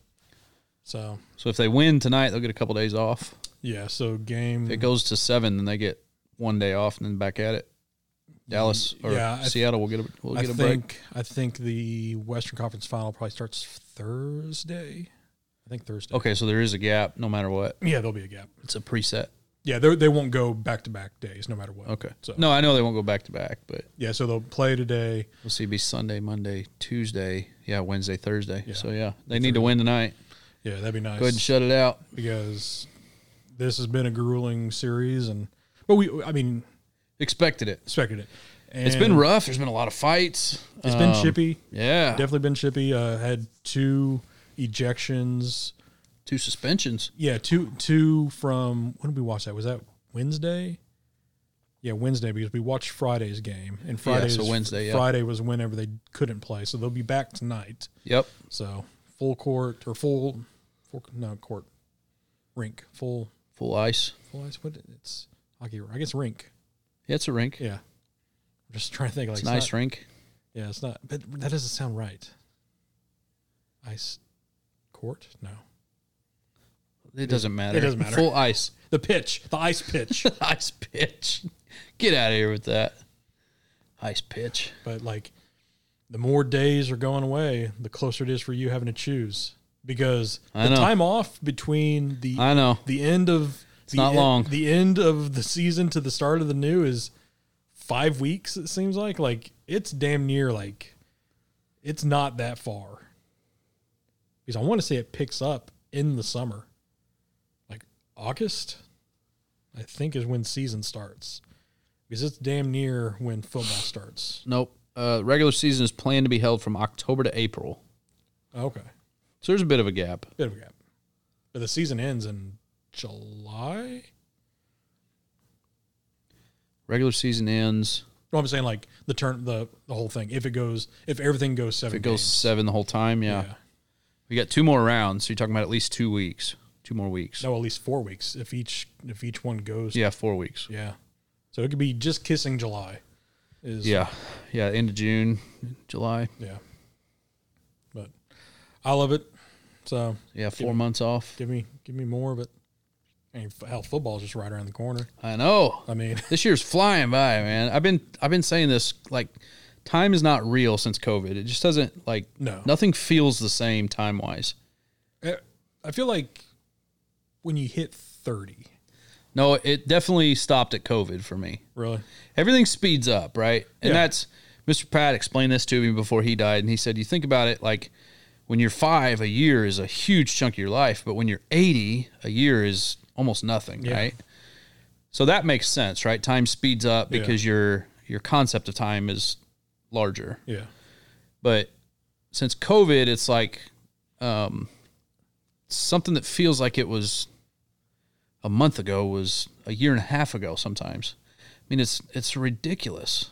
[SPEAKER 2] So
[SPEAKER 1] So if they win tonight, they'll get a couple days off.
[SPEAKER 2] yeah, so game
[SPEAKER 1] If it goes to seven, then they get one day off and then back at it. Dallas or
[SPEAKER 2] Yeah, I th-
[SPEAKER 1] Seattle will get a will
[SPEAKER 2] I
[SPEAKER 1] get a
[SPEAKER 2] think
[SPEAKER 1] break.
[SPEAKER 2] I think the Western Conference final probably starts Thursday. I think Thursday.
[SPEAKER 1] Okay, so there is a gap no matter what.
[SPEAKER 2] Yeah, there'll be a gap.
[SPEAKER 1] It's a preset.
[SPEAKER 2] Yeah, they they won't go back to back days no matter what.
[SPEAKER 1] Okay.
[SPEAKER 2] So
[SPEAKER 1] No, I know they won't go back to back, but
[SPEAKER 2] yeah, so they'll play today.
[SPEAKER 1] we'll see. It'd be Sunday, Monday, Tuesday. Yeah, Wednesday, Thursday.
[SPEAKER 2] Yeah.
[SPEAKER 1] So yeah, they need to win tonight.
[SPEAKER 2] Yeah, that'd be nice.
[SPEAKER 1] Go ahead and shut it out.
[SPEAKER 2] because this has been a grueling series and but we I mean
[SPEAKER 1] Expected it.
[SPEAKER 2] expected it. And
[SPEAKER 1] It's been rough. There's been a lot of fights.
[SPEAKER 2] It's been
[SPEAKER 1] Um,
[SPEAKER 2] chippy.
[SPEAKER 1] Yeah.
[SPEAKER 2] Definitely been chippy. Uh, had two ejections.
[SPEAKER 1] Two suspensions.
[SPEAKER 2] Yeah, two two from when did we watch that? Was that Wednesday? Yeah, Wednesday because we watched Friday's game and Friday's
[SPEAKER 1] so Wednesday, yeah.
[SPEAKER 2] Friday was whenever they couldn't play, so they'll be back tonight.
[SPEAKER 1] Yep.
[SPEAKER 2] So full court or full, full no court, rink full
[SPEAKER 1] Full ice.
[SPEAKER 2] full ice. What it's hockey? I guess rink.
[SPEAKER 1] Yeah, it's a rink.
[SPEAKER 2] Yeah. I'm just trying to think. Like,
[SPEAKER 1] it's a nice
[SPEAKER 2] not-
[SPEAKER 1] rink.
[SPEAKER 2] Yeah, it's not. But that doesn't sound right. Ice court? No.
[SPEAKER 1] It doesn't matter.
[SPEAKER 2] it doesn't matter.
[SPEAKER 1] Full ice.
[SPEAKER 2] The pitch. The ice pitch.
[SPEAKER 1] ice pitch. Get out of here with that. Ice pitch.
[SPEAKER 2] but like, the more days are going away, the closer it is for you having to choose because
[SPEAKER 1] I
[SPEAKER 2] the
[SPEAKER 1] know.
[SPEAKER 2] time off between the
[SPEAKER 1] I know.
[SPEAKER 2] the end of the
[SPEAKER 1] not
[SPEAKER 2] en-
[SPEAKER 1] long.
[SPEAKER 2] the end of the season to the start of the new is five weeks. It seems like like it's damn near like it's not that far because I want to say it picks up in the summer, like August. I think is when season starts because it's damn near when football starts.
[SPEAKER 1] Nope. Uh, regular season is planned to be held from October to April.
[SPEAKER 2] Okay,
[SPEAKER 1] So there's a bit of a gap.
[SPEAKER 2] bit of a gap, but the season ends in July.
[SPEAKER 1] regular season ends
[SPEAKER 2] No, I'm saying like the turn the the whole thing. If it goes, if everything goes seven,
[SPEAKER 1] It goes
[SPEAKER 2] games.
[SPEAKER 1] seven the whole time. Yeah.
[SPEAKER 2] Yeah.
[SPEAKER 1] We got two more rounds. So you're talking about at least two weeks. Two more weeks.
[SPEAKER 2] No, at least four weeks. If each if each one goes,
[SPEAKER 1] Yeah, four weeks.
[SPEAKER 2] yeah. So it could be just kissing July. Is
[SPEAKER 1] Yeah. Yeah. End of June, July.
[SPEAKER 2] yeah. But I love it. So
[SPEAKER 1] Yeah. Four months off.
[SPEAKER 2] give me give me more of it. And f- hell, football's just right around the corner.
[SPEAKER 1] I know.
[SPEAKER 2] I mean,
[SPEAKER 1] This year's flying by, man. I've been I've been saying this like time is not real since COVID. It just doesn't like
[SPEAKER 2] No.
[SPEAKER 1] nothing feels the same time wise.
[SPEAKER 2] I I feel like when you hit thirty,
[SPEAKER 1] No, it definitely stopped at COVID for me.
[SPEAKER 2] really,
[SPEAKER 1] everything speeds up, right? And
[SPEAKER 2] Yeah.
[SPEAKER 1] that's Mr. Pat explained this to me before he died, and he said, "You think about it, like when you're five, a year is a huge chunk of your life, but when you're 80, a year is almost nothing,
[SPEAKER 2] Yeah.
[SPEAKER 1] right? So that makes sense, right? Time speeds up
[SPEAKER 2] Yeah.
[SPEAKER 1] because your your concept of time is larger,
[SPEAKER 2] yeah,
[SPEAKER 1] but since COVID, it's like um, something that feels like it was a month ago was a year and a half ago. Sometimes, I mean, it's it's ridiculous.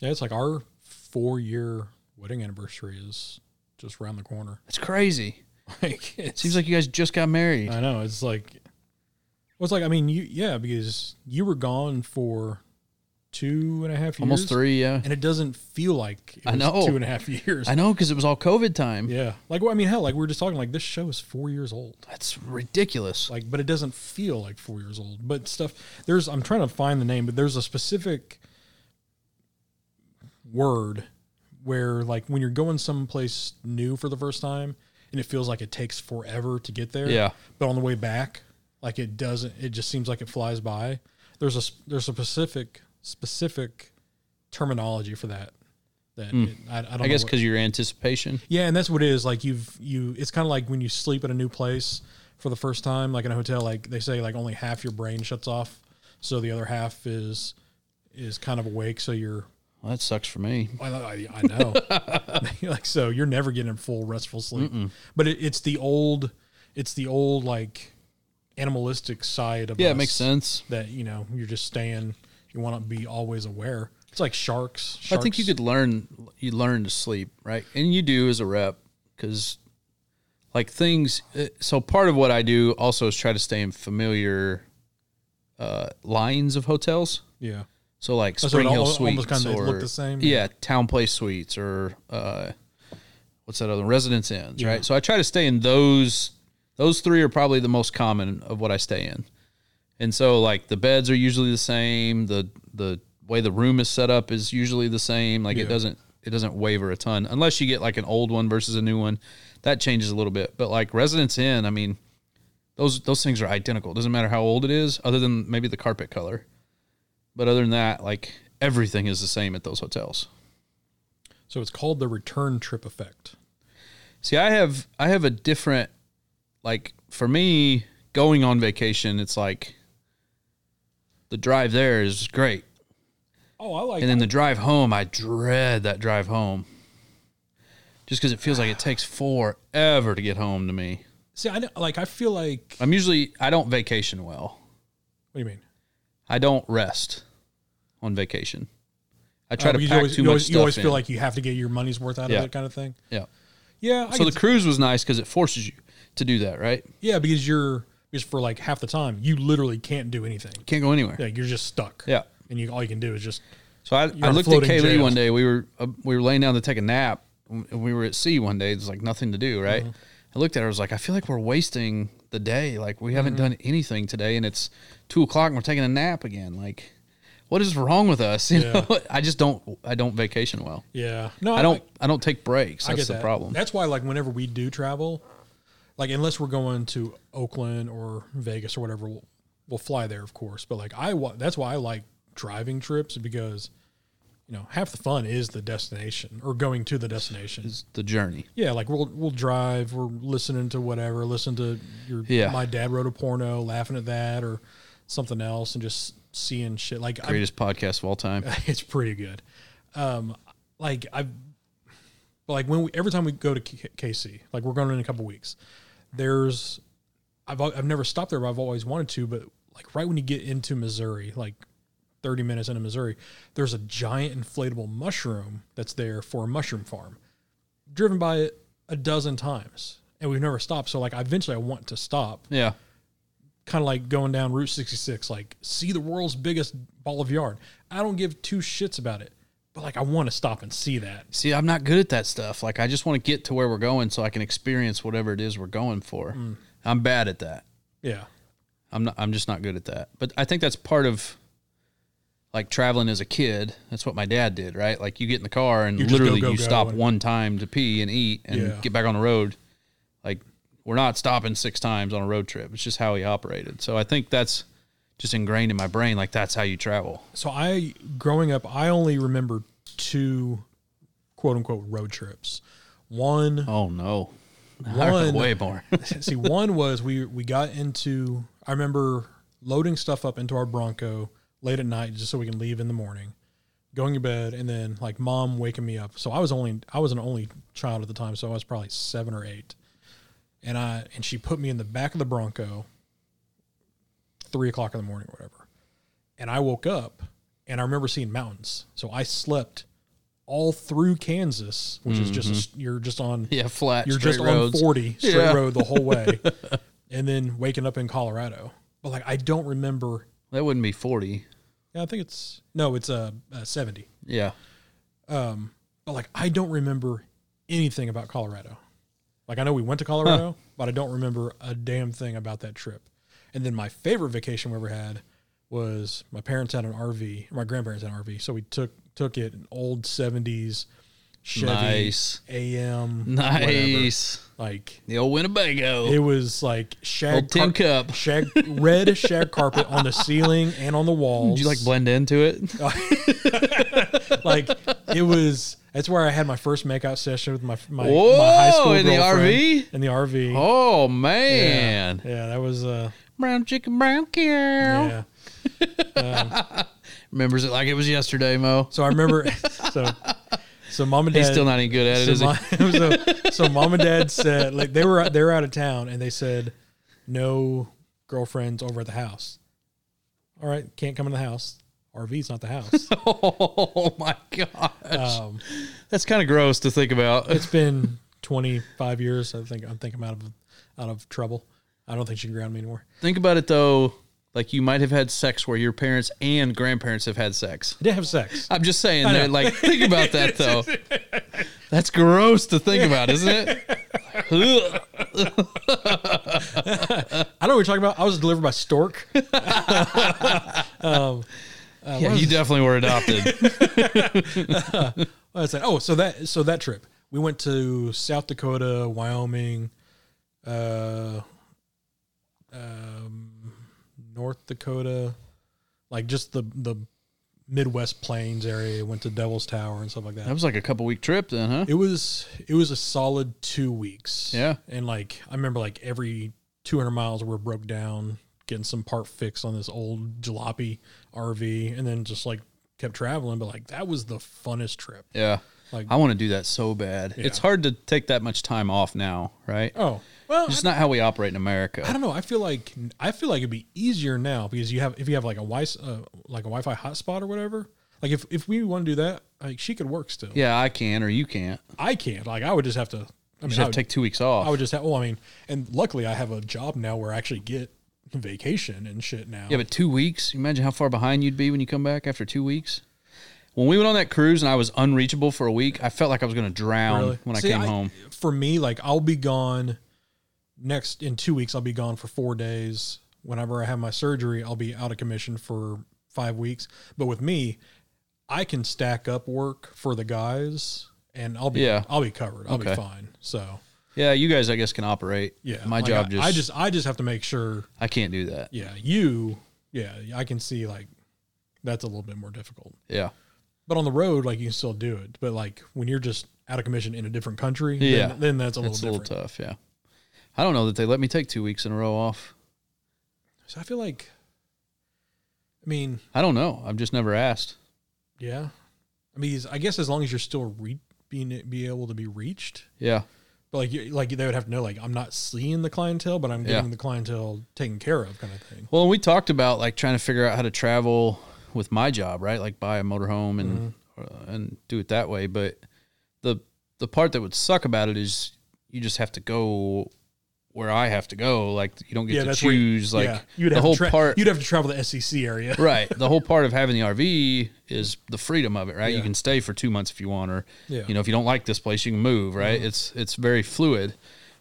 [SPEAKER 2] yeah. It's like our four-year wedding anniversary is just around the corner.
[SPEAKER 1] It's crazy.
[SPEAKER 2] Like it
[SPEAKER 1] Seems like you guys just got married.
[SPEAKER 2] I know. It's like, well, it's like, I mean, you, yeah, because you were gone for two and a half years.
[SPEAKER 1] Almost three, yeah.
[SPEAKER 2] And it doesn't feel like it
[SPEAKER 1] I
[SPEAKER 2] was
[SPEAKER 1] know.
[SPEAKER 2] two and a half years.
[SPEAKER 1] I know because it was all COVID time.
[SPEAKER 2] yeah. Like, well, I mean, hell, like we were just talking, like this show is four years old.
[SPEAKER 1] That's ridiculous.
[SPEAKER 2] Like, but it doesn't feel like four years old. But stuff, there's, I'm trying to find the name, but there's a specific word where, like, when you're going someplace new for the first time and it feels like it takes forever to get there.
[SPEAKER 1] Yeah.
[SPEAKER 2] but on the way back, like it doesn't. It just seems like it flies by. There's a s- there's a specific specific terminology for that. That it, I, I don't.
[SPEAKER 1] Hmm. I guess
[SPEAKER 2] know what-
[SPEAKER 1] because your anticipation.
[SPEAKER 2] yeah, and that's what it is. Like you've you. It's kind of like when you sleep at a new place for the first time, like in a hotel. Like they say, like only half your brain shuts off, so the other half is is kind of awake. So you're.
[SPEAKER 1] Well, that sucks for me.
[SPEAKER 2] I, I, I know. like so, you're never getting full restful sleep. But it, it's the old. It's the old like animalistic side of
[SPEAKER 1] Yeah, it
[SPEAKER 2] us
[SPEAKER 1] makes sense.
[SPEAKER 2] that you know you're just staying you want to be always aware it's like sharks,
[SPEAKER 1] I think you
[SPEAKER 2] Sharks-
[SPEAKER 1] could learn you learn to sleep, right? And you do as a rep cuz like things uh, so part of what I do also is try to stay in familiar uh lines of hotels.
[SPEAKER 2] yeah
[SPEAKER 1] So like
[SPEAKER 2] Oh, so it
[SPEAKER 1] Spring Hill
[SPEAKER 2] al-
[SPEAKER 1] Suites
[SPEAKER 2] almost kinda
[SPEAKER 1] or
[SPEAKER 2] look the same?
[SPEAKER 1] Yeah, Town Place Suites or uh what's that other one? Residence Inns, right? So I try to stay in those those three are probably the most common of what I stay in. And so like the beds are usually the same, the the way the room is set up is usually the same. Like
[SPEAKER 2] Yeah.
[SPEAKER 1] it doesn't it doesn't waver a ton unless you get like an old one versus a new one. That changes a little bit. But like Residence Inn, I mean, those those things are identical. It doesn't matter how old it is other than maybe the carpet color. But other than that, like everything is the same at those hotels.
[SPEAKER 2] so it's called the return trip effect
[SPEAKER 1] See, I have I have a different like for me going on vacation, it's like the drive there is great.
[SPEAKER 2] oh i like
[SPEAKER 1] And then the drive home, I dread that drive home. Just cuz it feels like it takes forever to get home to me.
[SPEAKER 2] see i know- like i feel like what
[SPEAKER 1] I'm usually I don't vacation well.
[SPEAKER 2] do you mean
[SPEAKER 1] I don't rest on vacation. I try
[SPEAKER 2] Oh,
[SPEAKER 1] to
[SPEAKER 2] you
[SPEAKER 1] pack
[SPEAKER 2] always,
[SPEAKER 1] too
[SPEAKER 2] you
[SPEAKER 1] much
[SPEAKER 2] always,
[SPEAKER 1] stuff
[SPEAKER 2] you always
[SPEAKER 1] in.
[SPEAKER 2] feel like you have to get your money's worth out
[SPEAKER 1] Yeah.
[SPEAKER 2] of that kind of thing
[SPEAKER 1] yeah.
[SPEAKER 2] yeah I
[SPEAKER 1] So
[SPEAKER 2] can
[SPEAKER 1] the
[SPEAKER 2] see-
[SPEAKER 1] cruise was nice cuz it forces you to do that, right?
[SPEAKER 2] yeah because you're just for like half the time you literally can't do anything
[SPEAKER 1] Can't go anywhere.
[SPEAKER 2] like you're just stuck
[SPEAKER 1] Yeah.
[SPEAKER 2] and you all you can do is just
[SPEAKER 1] So I, I
[SPEAKER 2] on
[SPEAKER 1] looked at
[SPEAKER 2] floating
[SPEAKER 1] Kaylee
[SPEAKER 2] jails.
[SPEAKER 1] one day. We were uh, we were laying down to take a nap. And we were at sea one day. There's like nothing to do, right?
[SPEAKER 2] Mm-hmm.
[SPEAKER 1] I looked at her. I was like, I feel like we're wasting the day. Like we
[SPEAKER 2] Mm-hmm.
[SPEAKER 1] haven't done anything today, and it's two o'clock, and we're taking a nap again. Like, what is wrong with us? You
[SPEAKER 2] Yeah.
[SPEAKER 1] know, I just don't. I don't vacation well.
[SPEAKER 2] yeah no
[SPEAKER 1] I don't. I don't take breaks. That's the
[SPEAKER 2] that.
[SPEAKER 1] problem.
[SPEAKER 2] That's why, like, whenever we do travel, like, unless we're going to Oakland or Vegas or whatever, we'll, we'll fly there, of course. But like, I wa- that's why I like driving trips because, you know, half the fun is the destination or going to the destination.
[SPEAKER 1] It's the journey.
[SPEAKER 2] Yeah, like we'll we'll drive. We're listening to whatever. Listen to your
[SPEAKER 1] Yeah.
[SPEAKER 2] my dad wrote a porno, laughing at that or something else, and just seeing shit. Like I,
[SPEAKER 1] Greatest podcast of all time.
[SPEAKER 2] it's pretty good. Um, like I, like when we every time we go to K- KC, like we're going in a couple weeks. There's, I've al- I've never stopped there, but I've always wanted to. But like right when you get into Missouri, like 30 minutes into Missouri, there's a giant inflatable mushroom that's there for a mushroom farm. Driven by it a dozen times, and we've never stopped. So like, eventually, I want to stop.
[SPEAKER 1] Yeah.
[SPEAKER 2] Kind of like going down Route 66, like see the world's biggest ball of yarn. I don't give two shits about it, but like, I want to stop and see that.
[SPEAKER 1] See, I'm not good at that stuff. Like, I just want to get to where we're going so I can experience whatever it is we're going for.
[SPEAKER 2] Mm.
[SPEAKER 1] I'm bad at that.
[SPEAKER 2] Yeah,
[SPEAKER 1] I'm not. I'm just not good at that. But I think that's part of like traveling as a kid. That's what my dad did, right? Like you get in the car and
[SPEAKER 2] You just go,
[SPEAKER 1] literally
[SPEAKER 2] go,
[SPEAKER 1] you
[SPEAKER 2] go
[SPEAKER 1] stop
[SPEAKER 2] and-
[SPEAKER 1] one time to pee and eat and
[SPEAKER 2] Yeah.
[SPEAKER 1] get back on the road. Like we're not stopping six times on a road trip. It's just how he operated. So I think that's just ingrained in my brain. Like that's how you travel.
[SPEAKER 2] So I, growing up, I only remember two, quote unquote, road trips. One,
[SPEAKER 1] Oh no,
[SPEAKER 2] One-
[SPEAKER 1] way more.
[SPEAKER 2] see, one was we we got into. I remember loading stuff up into our Bronco late at night just so we can leave in the morning, going to bed, and then like mom waking me up. So I was only I was an only child at the time, so I was probably seven or eight, and I and she put me in the back of the Bronco. Three o'clock in the morning, or whatever, and I woke up and I remember seeing mountains. So I slept all through Kansas, which is just a s you're just on
[SPEAKER 1] yeah, flat.
[SPEAKER 2] you're
[SPEAKER 1] straight
[SPEAKER 2] just
[SPEAKER 1] roads.
[SPEAKER 2] on 40 straight
[SPEAKER 1] Yeah.
[SPEAKER 2] road the whole way and then waking up in colorado but like i don't remember
[SPEAKER 1] That wouldn't be forty.
[SPEAKER 2] yeah, i think it's no it's uh, uh 70
[SPEAKER 1] Yeah.
[SPEAKER 2] but like i don't remember anything about colorado like i know we went to colorado but i don't remember a damn thing about that trip and then my favorite vacation we ever had was my parents had an rv my grandparents had an rv so we took took it an old 70s Chevy
[SPEAKER 1] Nice.
[SPEAKER 2] am whatever.
[SPEAKER 1] Nice.
[SPEAKER 2] like
[SPEAKER 1] The old Winnebago.
[SPEAKER 2] It was like shag
[SPEAKER 1] Oh. Old tin cup.
[SPEAKER 2] shag red shag carpet on the ceiling and on the walls.
[SPEAKER 1] Did you like blend into it?
[SPEAKER 2] like it was? That's where I had my first makeout session with my my,
[SPEAKER 1] Whoa,
[SPEAKER 2] my high school
[SPEAKER 1] in the
[SPEAKER 2] girlfriend.
[SPEAKER 1] RV?
[SPEAKER 2] in the RV.
[SPEAKER 1] Oh
[SPEAKER 2] yeah.
[SPEAKER 1] man,
[SPEAKER 2] yeah, that was uh,
[SPEAKER 1] brown chicken, brown cow.
[SPEAKER 2] yeah.
[SPEAKER 1] Remembers it like it was yesterday, Mo.
[SPEAKER 2] So I remember, so so mom and dad
[SPEAKER 1] He's still not any good at it, is
[SPEAKER 2] so,
[SPEAKER 1] he?
[SPEAKER 2] mom, so, so mom and dad said like they were they were out of town and they said no girlfriends over at the house. All right, can't come in the house. RV's not the house.
[SPEAKER 1] Oh my gosh,
[SPEAKER 2] Um,
[SPEAKER 1] that's kind of gross to think about.
[SPEAKER 2] it's been 25 years. I think I think I'm out of out of trouble. I don't think she can ground me anymore.
[SPEAKER 1] think about it though, like you might have had sex where your parents and grandparents have had sex.
[SPEAKER 2] I did have sex.
[SPEAKER 1] I'm just saying that, like, think about that though. That's gross to think about, isn't it? Ugh.
[SPEAKER 2] I know what you're talking about. I was delivered by Stork. um,
[SPEAKER 1] yeah, you definitely were adopted.
[SPEAKER 2] I said, oh, so that so that trip we went to South Dakota, Wyoming, uh, um, North Dakota, like just the the Midwest Plains area. Went to Devil's Tower and stuff like that.
[SPEAKER 1] That was like a couple week trip then, huh?
[SPEAKER 2] it was it was a solid two weeks
[SPEAKER 1] Yeah.
[SPEAKER 2] and like i remember like every 200 miles we we're broke down getting some part fixed on this old jalopy rv and then just like kept traveling but like that was the funnest trip
[SPEAKER 1] Yeah.
[SPEAKER 2] Like-
[SPEAKER 1] I want to do that so bad. It's hard to take that much time off now, right?
[SPEAKER 2] oh well
[SPEAKER 1] It's just not how we operate in
[SPEAKER 2] I
[SPEAKER 1] America.
[SPEAKER 2] don't know. I feel like I feel like it'd be easier now because you have if you have like a wi uh, like a Wi-Fi hotspot or whatever. Like if, if we want to do that, like she could work still.
[SPEAKER 1] Yeah, I can or you can't. You
[SPEAKER 2] I can't. Like I would just have to. I mean,
[SPEAKER 1] just
[SPEAKER 2] I
[SPEAKER 1] have
[SPEAKER 2] would-
[SPEAKER 1] to take two weeks off.
[SPEAKER 2] I would just have. Well, I mean, and luckily I have a job now where I actually get vacation and shit now.
[SPEAKER 1] yeah, but two weeks. You Imagine how far behind you'd be when you come back after two weeks. When we went on that cruise and I was unreachable for a week, I felt like I was going to drown
[SPEAKER 2] Really.
[SPEAKER 1] when
[SPEAKER 2] See,
[SPEAKER 1] I came home.
[SPEAKER 2] For me, like I'll be gone next in two weeks. I'll be gone for four days. Whenever I have my surgery, I'll be out of commission for five weeks. But with me, I can stack up work for the guys, and I'll be
[SPEAKER 1] Yeah.
[SPEAKER 2] I'll be covered. I'll
[SPEAKER 1] Okay.
[SPEAKER 2] be fine. So
[SPEAKER 1] Yeah, you guys, I guess, can operate.
[SPEAKER 2] yeah,
[SPEAKER 1] my
[SPEAKER 2] like,
[SPEAKER 1] job
[SPEAKER 2] I,
[SPEAKER 1] just I,
[SPEAKER 2] I just I just have to make sure.
[SPEAKER 1] can't do that.
[SPEAKER 2] Yeah, you. Yeah, I can see like that's a little bit more difficult.
[SPEAKER 1] Yeah,
[SPEAKER 2] But on the road, like you can still do it. But like when you're just out of commission in a different country,
[SPEAKER 1] Yeah.
[SPEAKER 2] then, then that's a little
[SPEAKER 1] it's a
[SPEAKER 2] different.
[SPEAKER 1] little tough. Yeah, I don't know that they let me take two weeks in a row off.
[SPEAKER 2] So I feel like, I mean,
[SPEAKER 1] I don't know. I've just never asked.
[SPEAKER 2] yeah. I mean, I guess as long as you're still re- being be able to be reached,
[SPEAKER 1] Yeah,
[SPEAKER 2] but like you, like they would have to know like I'm not seeing the clientele, but I'm
[SPEAKER 1] Yeah.
[SPEAKER 2] getting the clientele taken care of, kind of thing.
[SPEAKER 1] Well, we talked about like trying to figure out how to travel with my job, right? Like buy a motorhome and
[SPEAKER 2] Mm-hmm.
[SPEAKER 1] uh, and do it that way. But the the part that would suck about it is you just have to go where I have to go. Like you don't get
[SPEAKER 2] yeah,
[SPEAKER 1] to
[SPEAKER 2] that's where you-
[SPEAKER 1] choose. like
[SPEAKER 2] yeah, you'd
[SPEAKER 1] the
[SPEAKER 2] have
[SPEAKER 1] whole
[SPEAKER 2] to tra-
[SPEAKER 1] part,
[SPEAKER 2] You'd have to travel the SEC area.
[SPEAKER 1] right? The whole part of having the RV is the freedom of it, right? You
[SPEAKER 2] Yeah.
[SPEAKER 1] can stay for two months if you want, or
[SPEAKER 2] Yeah. Mm-hmm.
[SPEAKER 1] you know, if you don't like this place, you can move, right? It's it's very fluid,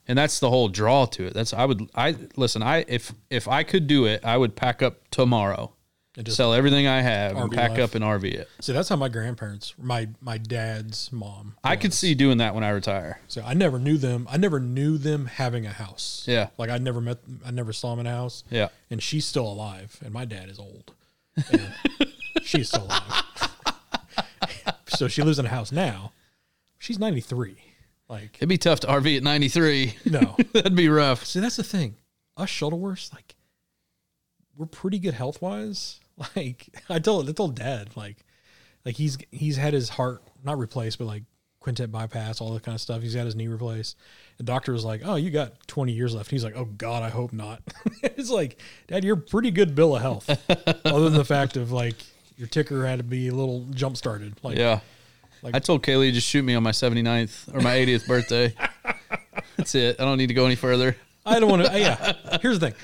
[SPEAKER 1] and that's the whole draw to it. That's I would I listen. I if if I could do it, I would pack up tomorrow,
[SPEAKER 2] And just
[SPEAKER 1] sell everything I have, and
[SPEAKER 2] RV
[SPEAKER 1] pack
[SPEAKER 2] life.
[SPEAKER 1] up and RV it.
[SPEAKER 2] So that's how my grandparents, my my dad's mom.
[SPEAKER 1] I could
[SPEAKER 2] was.
[SPEAKER 1] see doing that when I retire.
[SPEAKER 2] So I never knew them. I never knew them having a house.
[SPEAKER 1] Yeah.
[SPEAKER 2] Like I never met. I never saw them in a house.
[SPEAKER 1] Yeah.
[SPEAKER 2] And she's still alive, and my dad is old. And she's still alive. so she lives in a house now. She's ninety three. Like
[SPEAKER 1] It'd be tough to RV at 93.
[SPEAKER 2] no.
[SPEAKER 1] That'd be rough.
[SPEAKER 2] See, that's the thing. Us Shuttleworths, like, we're pretty good health wise. Like, I told I told Dad, like, like he's he's had his heart not replaced, but like quintet bypass, all that kind of stuff. He's had his knee replaced. The doctor was like, "Oh, you got 20 years left." He's like, "Oh God, I hope not." it's like, Dad, you're a pretty good bill of health, other than the fact of like your ticker had to be a little jump started. Like,
[SPEAKER 1] Yeah.
[SPEAKER 2] Like-
[SPEAKER 1] I told Kaylee just shoot me on my 79th or my 80th birthday. That's it. I don't need to go any further.
[SPEAKER 2] I don't want to. Yeah. Here's the thing.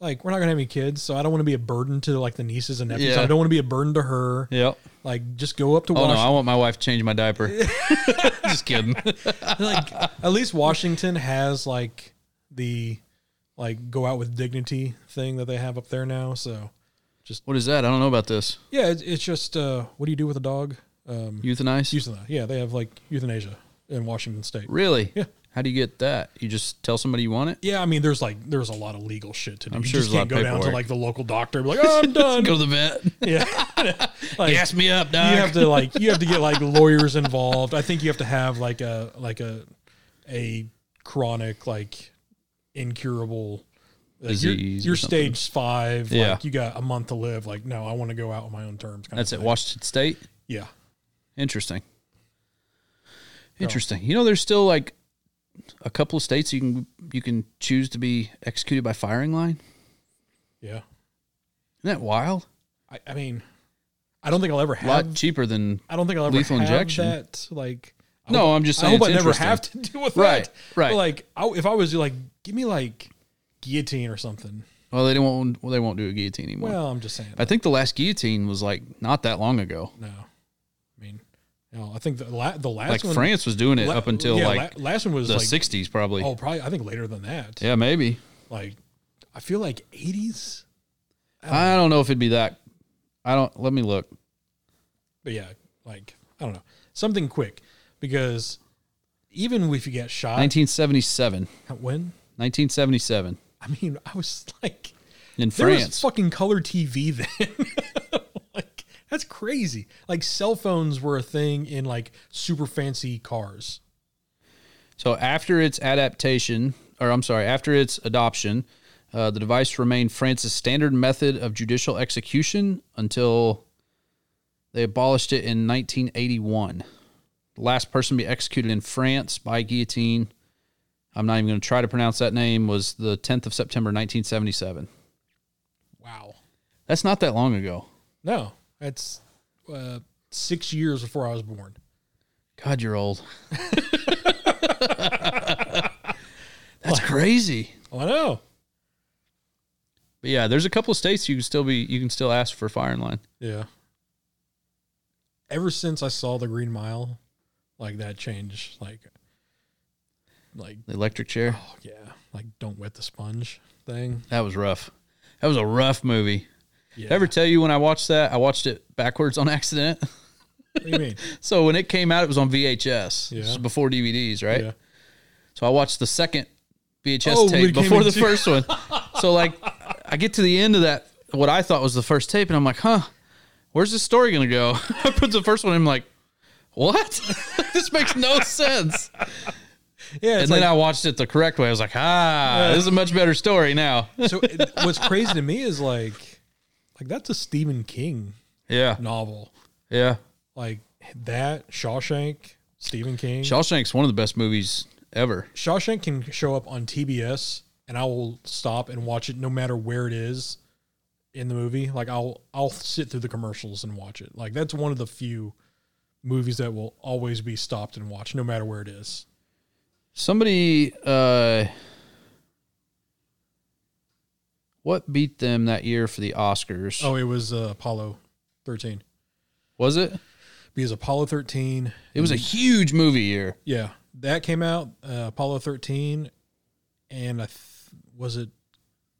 [SPEAKER 2] Like, we're not going to have any kids, so I don't want to be a burden to like the nieces and nephews.
[SPEAKER 1] Yeah.
[SPEAKER 2] I don't want to be a burden to her.
[SPEAKER 1] Yep.
[SPEAKER 2] Like, just go up
[SPEAKER 1] Oh
[SPEAKER 2] to
[SPEAKER 1] no, I
[SPEAKER 2] Washington.
[SPEAKER 1] want my wife to change my diaper. just kidding.
[SPEAKER 2] like, at least Washington has like the like go out with dignity thing that they have up there now. So,
[SPEAKER 1] What is that? I don't know about this.
[SPEAKER 2] yeah, it's, it's just uh, what do you do with a dog? Um,
[SPEAKER 1] Euthanize?
[SPEAKER 2] euthanasia. Yeah, they have like euthanasia in Washington State.
[SPEAKER 1] Really?
[SPEAKER 2] Yeah.
[SPEAKER 1] How do you get that? You just tell somebody you want it?
[SPEAKER 2] Yeah, I mean, there's like there's a lot of legal shit to do.
[SPEAKER 1] I'm
[SPEAKER 2] you
[SPEAKER 1] sure
[SPEAKER 2] just
[SPEAKER 1] there's a lot of
[SPEAKER 2] can't go down to
[SPEAKER 1] paperwork.
[SPEAKER 2] like the local doctor, and be like, oh, I'm done.
[SPEAKER 1] Go to the vet.
[SPEAKER 2] yeah, like,
[SPEAKER 1] Gas me up, dog.
[SPEAKER 2] you have to like you have to get like lawyers involved. I think you have to have like a like a a chronic like incurable like,
[SPEAKER 1] Disease or
[SPEAKER 2] You're, you're
[SPEAKER 1] something.
[SPEAKER 2] stage five.
[SPEAKER 1] Yeah.
[SPEAKER 2] Like you got a month to live. Like no, I want to go out on my own terms. Kind
[SPEAKER 1] That's
[SPEAKER 2] of
[SPEAKER 1] at
[SPEAKER 2] thing.
[SPEAKER 1] Washington State.
[SPEAKER 2] Yeah.
[SPEAKER 1] Interesting.
[SPEAKER 2] Oh.
[SPEAKER 1] Interesting. You know, there's still like a couple of states you can you can choose to be executed by firing line.
[SPEAKER 2] Yeah.
[SPEAKER 1] Isn't that wild?
[SPEAKER 2] I, I mean, I don't think I'll ever
[SPEAKER 1] A lot
[SPEAKER 2] have.
[SPEAKER 1] cheaper than
[SPEAKER 2] I don't think I'll ever
[SPEAKER 1] lethal
[SPEAKER 2] have
[SPEAKER 1] injection.
[SPEAKER 2] that. Like I
[SPEAKER 1] no.
[SPEAKER 2] hope-
[SPEAKER 1] I'm just
[SPEAKER 2] I
[SPEAKER 1] saying.
[SPEAKER 2] hope I
[SPEAKER 1] it's
[SPEAKER 2] never
[SPEAKER 1] interesting.
[SPEAKER 2] have to deal with
[SPEAKER 1] Right,
[SPEAKER 2] that.
[SPEAKER 1] right.
[SPEAKER 2] But, like I, if I was like, give me like guillotine or something.
[SPEAKER 1] Well, they won't. Well, they won't do a guillotine anymore.
[SPEAKER 2] Well, I'm just saying.
[SPEAKER 1] I think the last guillotine was like not that long ago.
[SPEAKER 2] No, I mean, no. I think the la- the last
[SPEAKER 1] Like
[SPEAKER 2] one,
[SPEAKER 1] France was doing it
[SPEAKER 2] la-
[SPEAKER 1] up until
[SPEAKER 2] yeah,
[SPEAKER 1] like
[SPEAKER 2] la- last one was
[SPEAKER 1] the
[SPEAKER 2] like
[SPEAKER 1] '60s, probably.
[SPEAKER 2] oh, probably I think later than that.
[SPEAKER 1] yeah, maybe.
[SPEAKER 2] Like, I feel like eighties,
[SPEAKER 1] I don't know if it'd be that. I don't. Let me look.
[SPEAKER 2] but yeah, like I don't know something quick because even if you get shot
[SPEAKER 1] 1977.
[SPEAKER 2] when
[SPEAKER 1] 1977
[SPEAKER 2] I mean I was like
[SPEAKER 1] in
[SPEAKER 2] there was
[SPEAKER 1] France.
[SPEAKER 2] fucking color TV then. like that's crazy. Like cell phones were a thing in like super fancy cars.
[SPEAKER 1] So after its adaptation, or I'm sorry, after its adoption, uh, the device remained France's standard method of judicial execution until they abolished it in 1981. The last person to be executed in France by guillotine, I'm not even going to try to pronounce that name, was the 10th of September 1977.
[SPEAKER 2] Wow.
[SPEAKER 1] That's not that long ago.
[SPEAKER 2] No, that's uh, six years before I was born.
[SPEAKER 1] God, you're old. That's crazy.
[SPEAKER 2] Oh, I know.
[SPEAKER 1] But yeah, there's a couple of states you can still be you can still ask for firing line.
[SPEAKER 2] Yeah. Ever since I saw the Green Mile, like that change, like, like
[SPEAKER 1] The electric chair.
[SPEAKER 2] oh yeah, like don't wet the sponge thing.
[SPEAKER 1] That was rough. That was a rough movie.
[SPEAKER 2] Yeah.
[SPEAKER 1] Did I ever tell you when I watched that? I watched it backwards on accident.
[SPEAKER 2] what do you mean?
[SPEAKER 1] so when it came out, it was on VHS. This
[SPEAKER 2] Yeah.
[SPEAKER 1] was before DVDs, right?
[SPEAKER 2] Yeah.
[SPEAKER 1] So I watched the second VHS
[SPEAKER 2] Oh, we
[SPEAKER 1] tape
[SPEAKER 2] came
[SPEAKER 1] before the
[SPEAKER 2] into-
[SPEAKER 1] first one. So like I get to the end of that what I thought was the first tape and I'm like, "Huh. Where's this story going to go?" I put the first one in, I'm like, "What? this makes no sense."
[SPEAKER 2] Yeah. It's
[SPEAKER 1] and then
[SPEAKER 2] like,
[SPEAKER 1] I watched it the correct way. I was like, "Ah, this is a much better story now."
[SPEAKER 2] so it, what's crazy to me is like, like that's a Stephen King
[SPEAKER 1] yeah.
[SPEAKER 2] novel.
[SPEAKER 1] Yeah.
[SPEAKER 2] Like that Shawshank, Stephen King.
[SPEAKER 1] Shawshank's one of the best movies ever.
[SPEAKER 2] Shawshank can show up on TBS and I will stop and watch it no matter where it is in the movie. Like I'll I'll sit through the commercials and watch it. Like that's one of the few movies that will always be stopped and watched, no matter where it is.
[SPEAKER 1] Somebody, uh, what beat them that year for the Oscars?
[SPEAKER 2] Oh, it was uh, Apollo thirteen
[SPEAKER 1] Was it?
[SPEAKER 2] because Apollo thirteen.
[SPEAKER 1] It was a
[SPEAKER 2] Mm-hmm.
[SPEAKER 1] huge movie year.
[SPEAKER 2] Yeah, that came out uh, Apollo thirteen, and I th- was it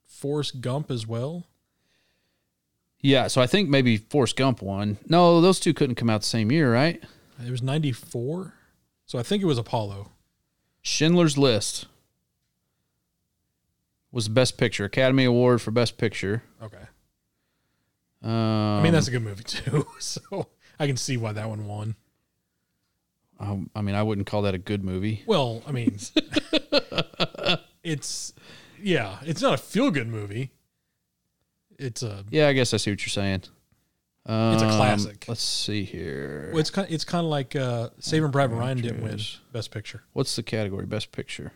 [SPEAKER 2] Forrest Gump as well.
[SPEAKER 1] Yeah, so I think maybe Forrest Gump won. No, those two couldn't come out the same year, right?
[SPEAKER 2] It was ninety four, so I think it was Apollo.
[SPEAKER 1] Schindler's List was Best Picture, Academy Award for Best Picture.
[SPEAKER 2] Okay,
[SPEAKER 1] Um,
[SPEAKER 2] I mean that's a good movie too, so I can see why that one won.
[SPEAKER 1] Um, I, I mean, I wouldn't call that a good movie.
[SPEAKER 2] Well, I mean, it's yeah, it's not a feel good movie. It's uh, a
[SPEAKER 1] Yeah, I guess I see what you're saying. Um,
[SPEAKER 2] a classic.
[SPEAKER 1] Let's see here.
[SPEAKER 2] well, it's kind it's kind of like uh, Saving Private Ryan didn't win
[SPEAKER 1] Actress.
[SPEAKER 2] Best Picture.
[SPEAKER 1] What's the category? Best Picture.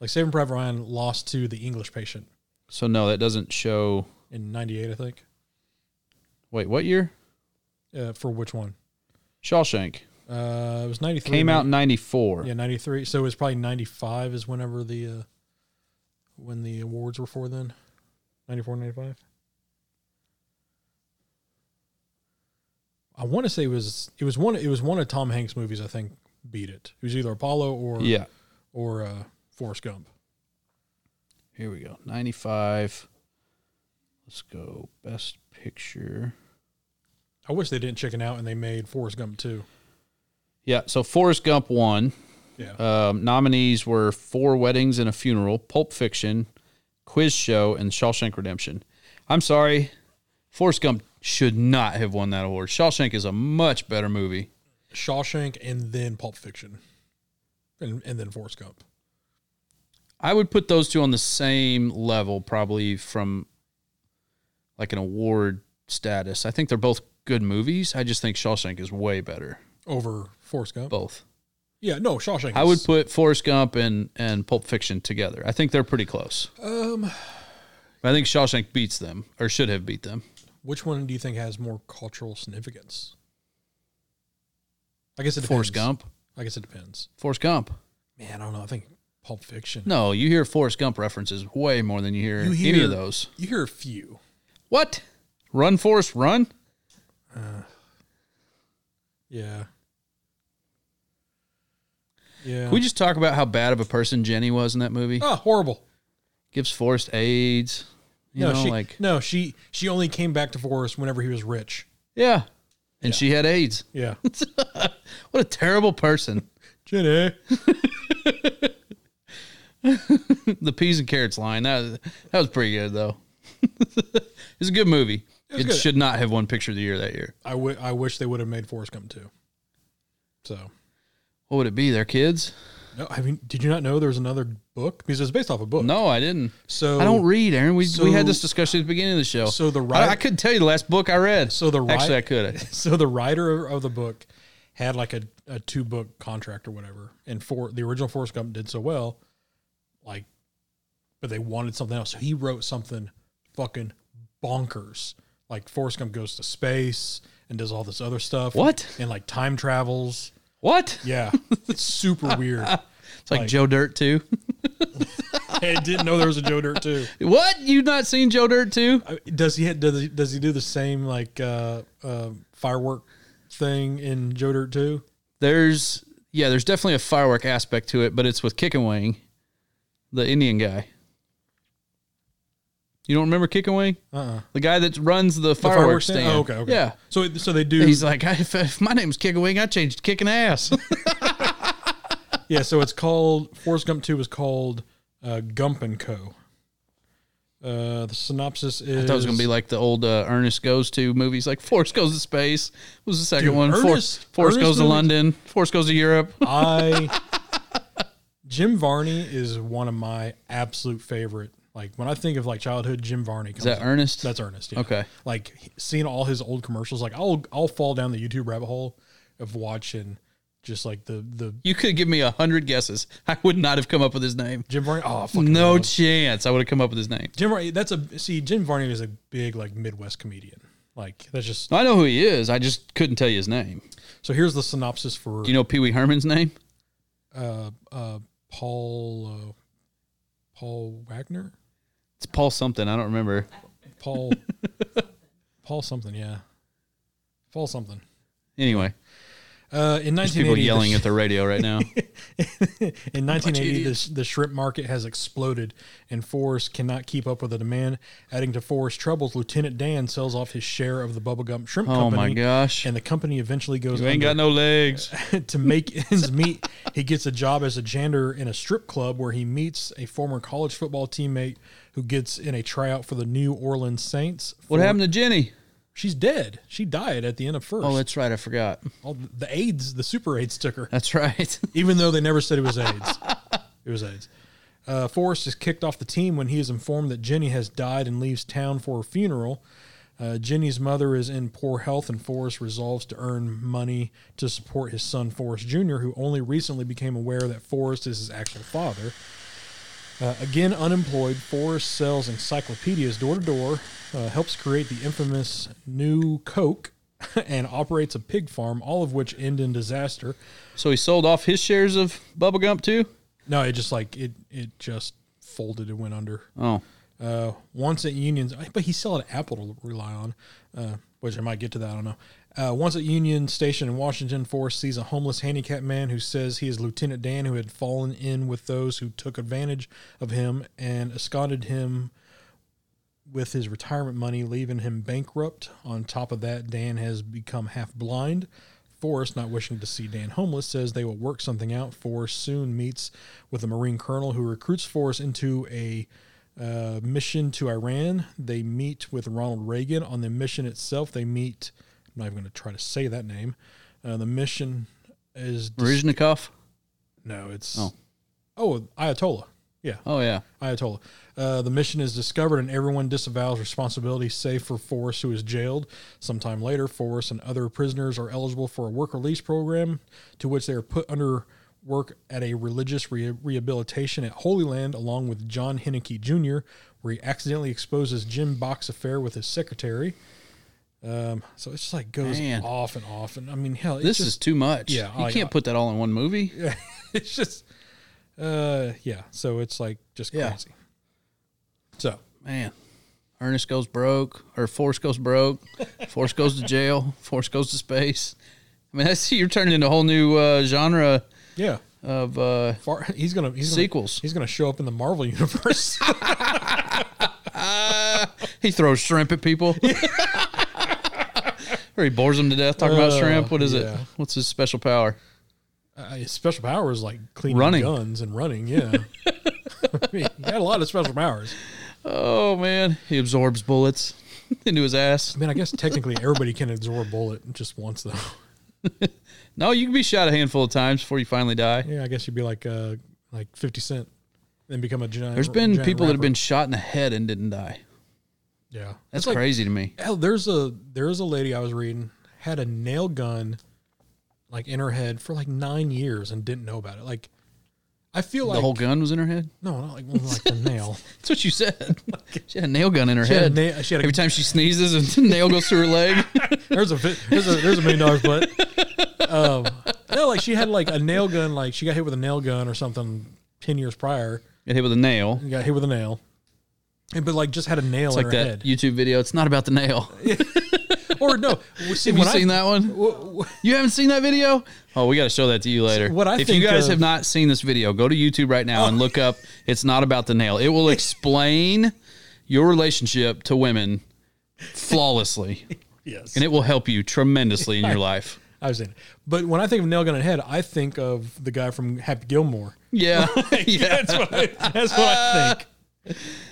[SPEAKER 2] Like Saving Private Ryan lost to The English Patient
[SPEAKER 1] So no, that doesn't show.
[SPEAKER 2] in '98, I think.
[SPEAKER 1] Wait, what year?
[SPEAKER 2] Uh, for which one?
[SPEAKER 1] Shawshank
[SPEAKER 2] Uh, it was '93.
[SPEAKER 1] came out in '94.
[SPEAKER 2] Yeah, '93. So it was probably '95 is whenever the uh, when the awards were for then. '94, '95. I want to say it was it was one it was one of Tom Hanks' movies. I think beat it. It was either Apollo or
[SPEAKER 1] yeah.
[SPEAKER 2] or uh, Forrest Gump.
[SPEAKER 1] Here we go. 95. Let's go. Best picture.
[SPEAKER 2] I wish they didn't chicken out and they made Forrest Gump too.
[SPEAKER 1] Yeah. So Forrest Gump won.
[SPEAKER 2] Yeah,
[SPEAKER 1] Um, nominees were Four Weddings and a Funeral, Pulp Fiction, Quiz Show, and Shawshank Redemption. I'm sorry. Forrest Gump should not have won that award. Shawshank is a much better movie.
[SPEAKER 2] Shawshank and then Pulp Fiction, and and then Forrest Gump.
[SPEAKER 1] I would put those two on the same level, probably from like an award status. I think they're both good movies. I just think Shawshank is way better.
[SPEAKER 2] Over Forrest Gump.
[SPEAKER 1] Both.
[SPEAKER 2] Yeah, no Shawshank.
[SPEAKER 1] I would
[SPEAKER 2] is-
[SPEAKER 1] put Forrest Gump and and Pulp Fiction together. I think they're pretty close.
[SPEAKER 2] um.
[SPEAKER 1] I think Shawshank beats them or should have beat them.
[SPEAKER 2] Which one do you think has more cultural significance? I guess it depends.
[SPEAKER 1] Forrest Gump.
[SPEAKER 2] I guess it depends.
[SPEAKER 1] Forrest Gump.
[SPEAKER 2] Man, I don't know. I think Pulp Fiction.
[SPEAKER 1] No, you hear Forrest Gump references way more than you hear,
[SPEAKER 2] You
[SPEAKER 1] any
[SPEAKER 2] hear-
[SPEAKER 1] of those.
[SPEAKER 2] You hear a few.
[SPEAKER 1] What? Run Forrest Run?
[SPEAKER 2] Yeah. Yeah.
[SPEAKER 1] Can we just talk about how bad of a person Jenny was in that movie?
[SPEAKER 2] oh, horrible.
[SPEAKER 1] Gives Forrest AIDS. You
[SPEAKER 2] no,
[SPEAKER 1] know,
[SPEAKER 2] she
[SPEAKER 1] like
[SPEAKER 2] no, she she only came back to Forrest whenever he was rich.
[SPEAKER 1] Yeah. And she had AIDS.
[SPEAKER 2] Yeah.
[SPEAKER 1] What a terrible person.
[SPEAKER 2] Jenny.
[SPEAKER 1] the peas and carrots line. That that was pretty good though. it's a good movie.
[SPEAKER 2] was
[SPEAKER 1] It
[SPEAKER 2] good.
[SPEAKER 1] should not have won picture of the year that year.
[SPEAKER 2] I wi- I wish they would have made Forrest Gump too. So
[SPEAKER 1] What would it be? Their kids?
[SPEAKER 2] no, I mean, did you not know there was another book? Because it's based off a book.
[SPEAKER 1] No, I didn't.
[SPEAKER 2] So
[SPEAKER 1] I don't read, Aaron. We, we had
[SPEAKER 2] so-
[SPEAKER 1] this discussion at the beginning of the show.
[SPEAKER 2] so the
[SPEAKER 1] I,
[SPEAKER 2] writer-
[SPEAKER 1] I couldn't tell you the last book I read.
[SPEAKER 2] So the ri-
[SPEAKER 1] actually I could.
[SPEAKER 2] so the writer of the book had like a, a two book contract or whatever, and for the original Forrest Gump did so well, like, but they wanted something else, so he wrote something fucking bonkers. Like Forrest Gump goes to space and does all this other stuff.
[SPEAKER 1] What?
[SPEAKER 2] And, like time travels.
[SPEAKER 1] What?
[SPEAKER 2] Yeah, it's super weird.
[SPEAKER 1] It's like,
[SPEAKER 2] Like-
[SPEAKER 1] Joe Dirt too.
[SPEAKER 2] I didn't know there was a Joe Dirt too.
[SPEAKER 1] what? You not seen Joe Dirt too?
[SPEAKER 2] I- Does he does he, does he do the same like uh, uh, firework thing in Joe Dirt too?
[SPEAKER 1] There's yeah, there's definitely a firework aspect to it, but it's with Kick and Wang, the Indian guy. You don't remember Kick and Wang?
[SPEAKER 2] Uh. uh
[SPEAKER 1] The guy that runs the
[SPEAKER 2] The
[SPEAKER 1] fireworks stand.
[SPEAKER 2] Oh, okay, okay.
[SPEAKER 1] Yeah.
[SPEAKER 2] So so they do.
[SPEAKER 1] He's like, if, if my name's Kick and Wing, I changed to kicking ass.
[SPEAKER 2] yeah. So it's called Forrest Gump Two is called uh, Gump and Co. Uh, the synopsis is.
[SPEAKER 1] That was gonna be like the old uh, Ernest Goes to movies, like Force Goes to Space was the second
[SPEAKER 2] Dude,
[SPEAKER 1] one. Force
[SPEAKER 2] Ernest-
[SPEAKER 1] Force
[SPEAKER 2] Ernest
[SPEAKER 1] Goes to
[SPEAKER 2] movies-
[SPEAKER 1] London. Force Goes to Europe.
[SPEAKER 2] I. Jim Varney is one of my absolute favorite. Like when I think of like childhood, Jim Varney. Comes
[SPEAKER 1] Is that
[SPEAKER 2] up.
[SPEAKER 1] Ernest?
[SPEAKER 2] That's Ernest. Yeah.
[SPEAKER 1] Okay.
[SPEAKER 2] Like he- seeing all his old commercials, like I'll I'll fall down the YouTube rabbit hole of watching Just like the the
[SPEAKER 1] You could give me a hundred guesses. I would not have come up with his name.
[SPEAKER 2] Jim Varney. Oh, fucking
[SPEAKER 1] No
[SPEAKER 2] love-
[SPEAKER 1] chance. I would have come up with his name.
[SPEAKER 2] Jim Varney. That's a see. Jim Varney is a big like Midwest comedian. Like that's just
[SPEAKER 1] I know who he is. I just couldn't tell you his name.
[SPEAKER 2] so. Here's the synopsis for
[SPEAKER 1] Do you know Pee Wee Herman's name?
[SPEAKER 2] uh, uh, Paul uh, Paul Wagner.
[SPEAKER 1] It's Paul something. I don't remember.
[SPEAKER 2] Paul Paul something. Yeah, Paul something.
[SPEAKER 1] Anyway,
[SPEAKER 2] Uh, in
[SPEAKER 1] there's people
[SPEAKER 2] 1980,
[SPEAKER 1] yelling at the radio right now.
[SPEAKER 2] in 1980, the, sh- the shrimp market has exploded, and Forrest cannot keep up with the demand. Adding to Forrest's troubles, Lieutenant Dan sells off his share of the Bubblegum Shrimp
[SPEAKER 1] Oh
[SPEAKER 2] Company.
[SPEAKER 1] my gosh.
[SPEAKER 2] And the company eventually goes
[SPEAKER 1] You ain't
[SPEAKER 2] under.
[SPEAKER 1] got no legs.
[SPEAKER 2] to make ends meet, he gets a job as a janitor in a strip club where he meets a former college football teammate who gets in a tryout for the New Orleans Saints.
[SPEAKER 1] What
[SPEAKER 2] For-
[SPEAKER 1] happened to Jenny?
[SPEAKER 2] She's dead. She died at the end of first.
[SPEAKER 1] Oh, that's right. I forgot.
[SPEAKER 2] All the the AIDS, the super AIDS took her,
[SPEAKER 1] That's right.
[SPEAKER 2] even though they never said it was AIDS. it was AIDS. Uh, Forrest is kicked off the team when he is informed that Jenny has died and leaves town for a funeral. Uh, Jenny's mother is in poor health, and Forrest resolves to earn money to support his son, Forrest Jr., who only recently became aware that Forrest is his actual father. Uh, again, unemployed, Forrest sells encyclopedias door to door, uh, helps create the infamous New Coke, and operates a pig farm, all of which end in disaster.
[SPEAKER 1] So he sold off his shares of Bubba Gump too?
[SPEAKER 2] No, it just like it it just folded and went under.
[SPEAKER 1] Oh.
[SPEAKER 2] Uh, once at Union's, but he's still had Apple to rely on, uh, which I might get to that. I don't know. Uh, once at Union Station in Washington, Forrest sees a homeless handicapped man who says he is Lieutenant Dan, who had fallen in with those who took advantage of him and absconded him with his retirement money, leaving him bankrupt. On top of that, Dan has become half blind. Forrest, not wishing to see Dan homeless, says they will work something out. Forrest soon meets with a Marine colonel who recruits Forrest into a uh, mission to Iran. They meet with Ronald Reagan. On the mission itself, they meet. I'm not even going to try to say that name. Uh, the mission is.
[SPEAKER 1] Rizhnikov?
[SPEAKER 2] no, it's.
[SPEAKER 1] Oh.
[SPEAKER 2] oh, Ayatollah. Yeah.
[SPEAKER 1] Oh yeah.
[SPEAKER 2] Ayatollah. Uh, the mission is discovered and everyone disavows responsibility save for Forrest, who is jailed. Sometime later, Forrest and other prisoners are eligible for a work release program to which they are put under work at a religious re- rehabilitation at Holy Land along with John Henneke Jr., where he accidentally exposes Jim Box affair with his secretary. Um, so it's just like goes
[SPEAKER 1] Man.
[SPEAKER 2] off and off. And I mean, hell, it's
[SPEAKER 1] This
[SPEAKER 2] just,
[SPEAKER 1] is too much.
[SPEAKER 2] Yeah,
[SPEAKER 1] You
[SPEAKER 2] I-
[SPEAKER 1] can't put that all in one movie.
[SPEAKER 2] it's just, uh, yeah. So it's like just
[SPEAKER 1] Yeah.
[SPEAKER 2] crazy. So
[SPEAKER 1] Man. Ernest goes broke, or Force goes broke, Force goes to jail, Force goes to space. I mean, I see you're turning into a whole new uh, genre
[SPEAKER 2] yeah.
[SPEAKER 1] of uh,
[SPEAKER 2] Far, he's gonna he's gonna-
[SPEAKER 1] Sequels.
[SPEAKER 2] he's gonna show up in the Marvel universe.
[SPEAKER 1] He throws shrimp at people. or he bores them to death talking about
[SPEAKER 2] Oh,
[SPEAKER 1] shrimp. What is it?
[SPEAKER 2] yeah.
[SPEAKER 1] What's his special power?
[SPEAKER 2] uh, his special powers like cleaning
[SPEAKER 1] Running.
[SPEAKER 2] guns and running. Yeah, I mean, he had a lot of special powers.
[SPEAKER 1] Oh, man. He absorbs bullets into his ass.
[SPEAKER 2] I mean, I guess technically everybody can absorb a bullet just once though.
[SPEAKER 1] No, you can be shot a handful of times before you finally die.
[SPEAKER 2] Yeah, I guess you'd be like uh like Fifty Cent, then become a giant.
[SPEAKER 1] There's been
[SPEAKER 2] giant
[SPEAKER 1] people that have
[SPEAKER 2] rapper.
[SPEAKER 1] been shot in the head and didn't die.
[SPEAKER 2] yeah.
[SPEAKER 1] That's
[SPEAKER 2] It's like-
[SPEAKER 1] crazy to me.
[SPEAKER 2] Hell, there's a there's a lady I was reading had a nail gun like in her head for like nine years and didn't know about it. Like, I feel
[SPEAKER 1] the
[SPEAKER 2] like
[SPEAKER 1] whole gun was in her head?
[SPEAKER 2] no, not like, like the nail.
[SPEAKER 1] That's what you said. she had a nail gun in her
[SPEAKER 2] She had a
[SPEAKER 1] head.
[SPEAKER 2] nail. She had a
[SPEAKER 1] Every time she sneezes, a nail goes through her leg.
[SPEAKER 2] There's a fi- there's a there's a million dollars, but um, no, like she had like a nail gun, like she got hit with a nail gun or something ten years prior,
[SPEAKER 1] Get hit with a nail.
[SPEAKER 2] and got hit with a nail, and but like just had a nail
[SPEAKER 1] It's
[SPEAKER 2] in
[SPEAKER 1] like
[SPEAKER 2] her
[SPEAKER 1] that
[SPEAKER 2] head,
[SPEAKER 1] YouTube video. It's not about the nail.
[SPEAKER 2] or no? well, See,
[SPEAKER 1] Have you
[SPEAKER 2] when I,
[SPEAKER 1] seen that one?
[SPEAKER 2] wh- wh-
[SPEAKER 1] You haven't seen that video? Oh, we got to show that to you later.
[SPEAKER 2] what I
[SPEAKER 1] if
[SPEAKER 2] think
[SPEAKER 1] you guys
[SPEAKER 2] of-
[SPEAKER 1] have not seen this video, go to YouTube right now and look up It's Not About the Nail. It will explain your relationship to women flawlessly,
[SPEAKER 2] Yes,
[SPEAKER 1] and it will help you tremendously in your life.
[SPEAKER 2] I've seen it. But when I think of nail gun in head, I think of the guy from Happy Gilmore.
[SPEAKER 1] Yeah. yeah.
[SPEAKER 2] That's what I, that's what I think.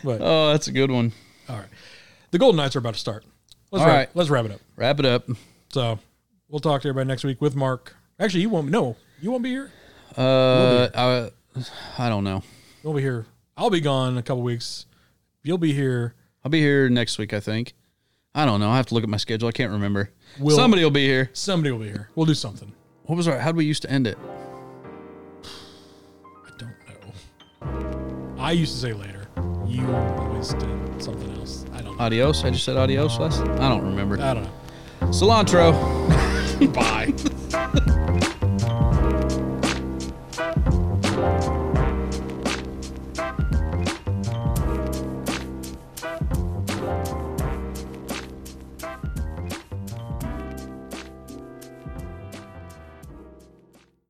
[SPEAKER 2] But
[SPEAKER 1] Oh, that's a good one.
[SPEAKER 2] all right, the Golden Knights are about to start. Let's
[SPEAKER 1] All
[SPEAKER 2] wrap,
[SPEAKER 1] right.
[SPEAKER 2] let's wrap it up.
[SPEAKER 1] Wrap it up.
[SPEAKER 2] So we'll talk to everybody next week with Mark. Actually, you won't. No, you won't be here.
[SPEAKER 1] Uh, I, I don't know.
[SPEAKER 2] You'll be here. I'll be gone in a couple weeks. You'll be here.
[SPEAKER 1] I'll be here next week, I think. I don't know. I have to look at my schedule. I can't remember.
[SPEAKER 2] Will-
[SPEAKER 1] Somebody will be here.
[SPEAKER 2] Somebody will be here. We'll do something.
[SPEAKER 1] What was our? How would we used to end it?
[SPEAKER 2] I don't know. I used to say later. You always did something else. I don't know.
[SPEAKER 1] Adios. I just said adios last. I don't remember.
[SPEAKER 2] I don't know.
[SPEAKER 1] Cilantro.
[SPEAKER 2] Bye.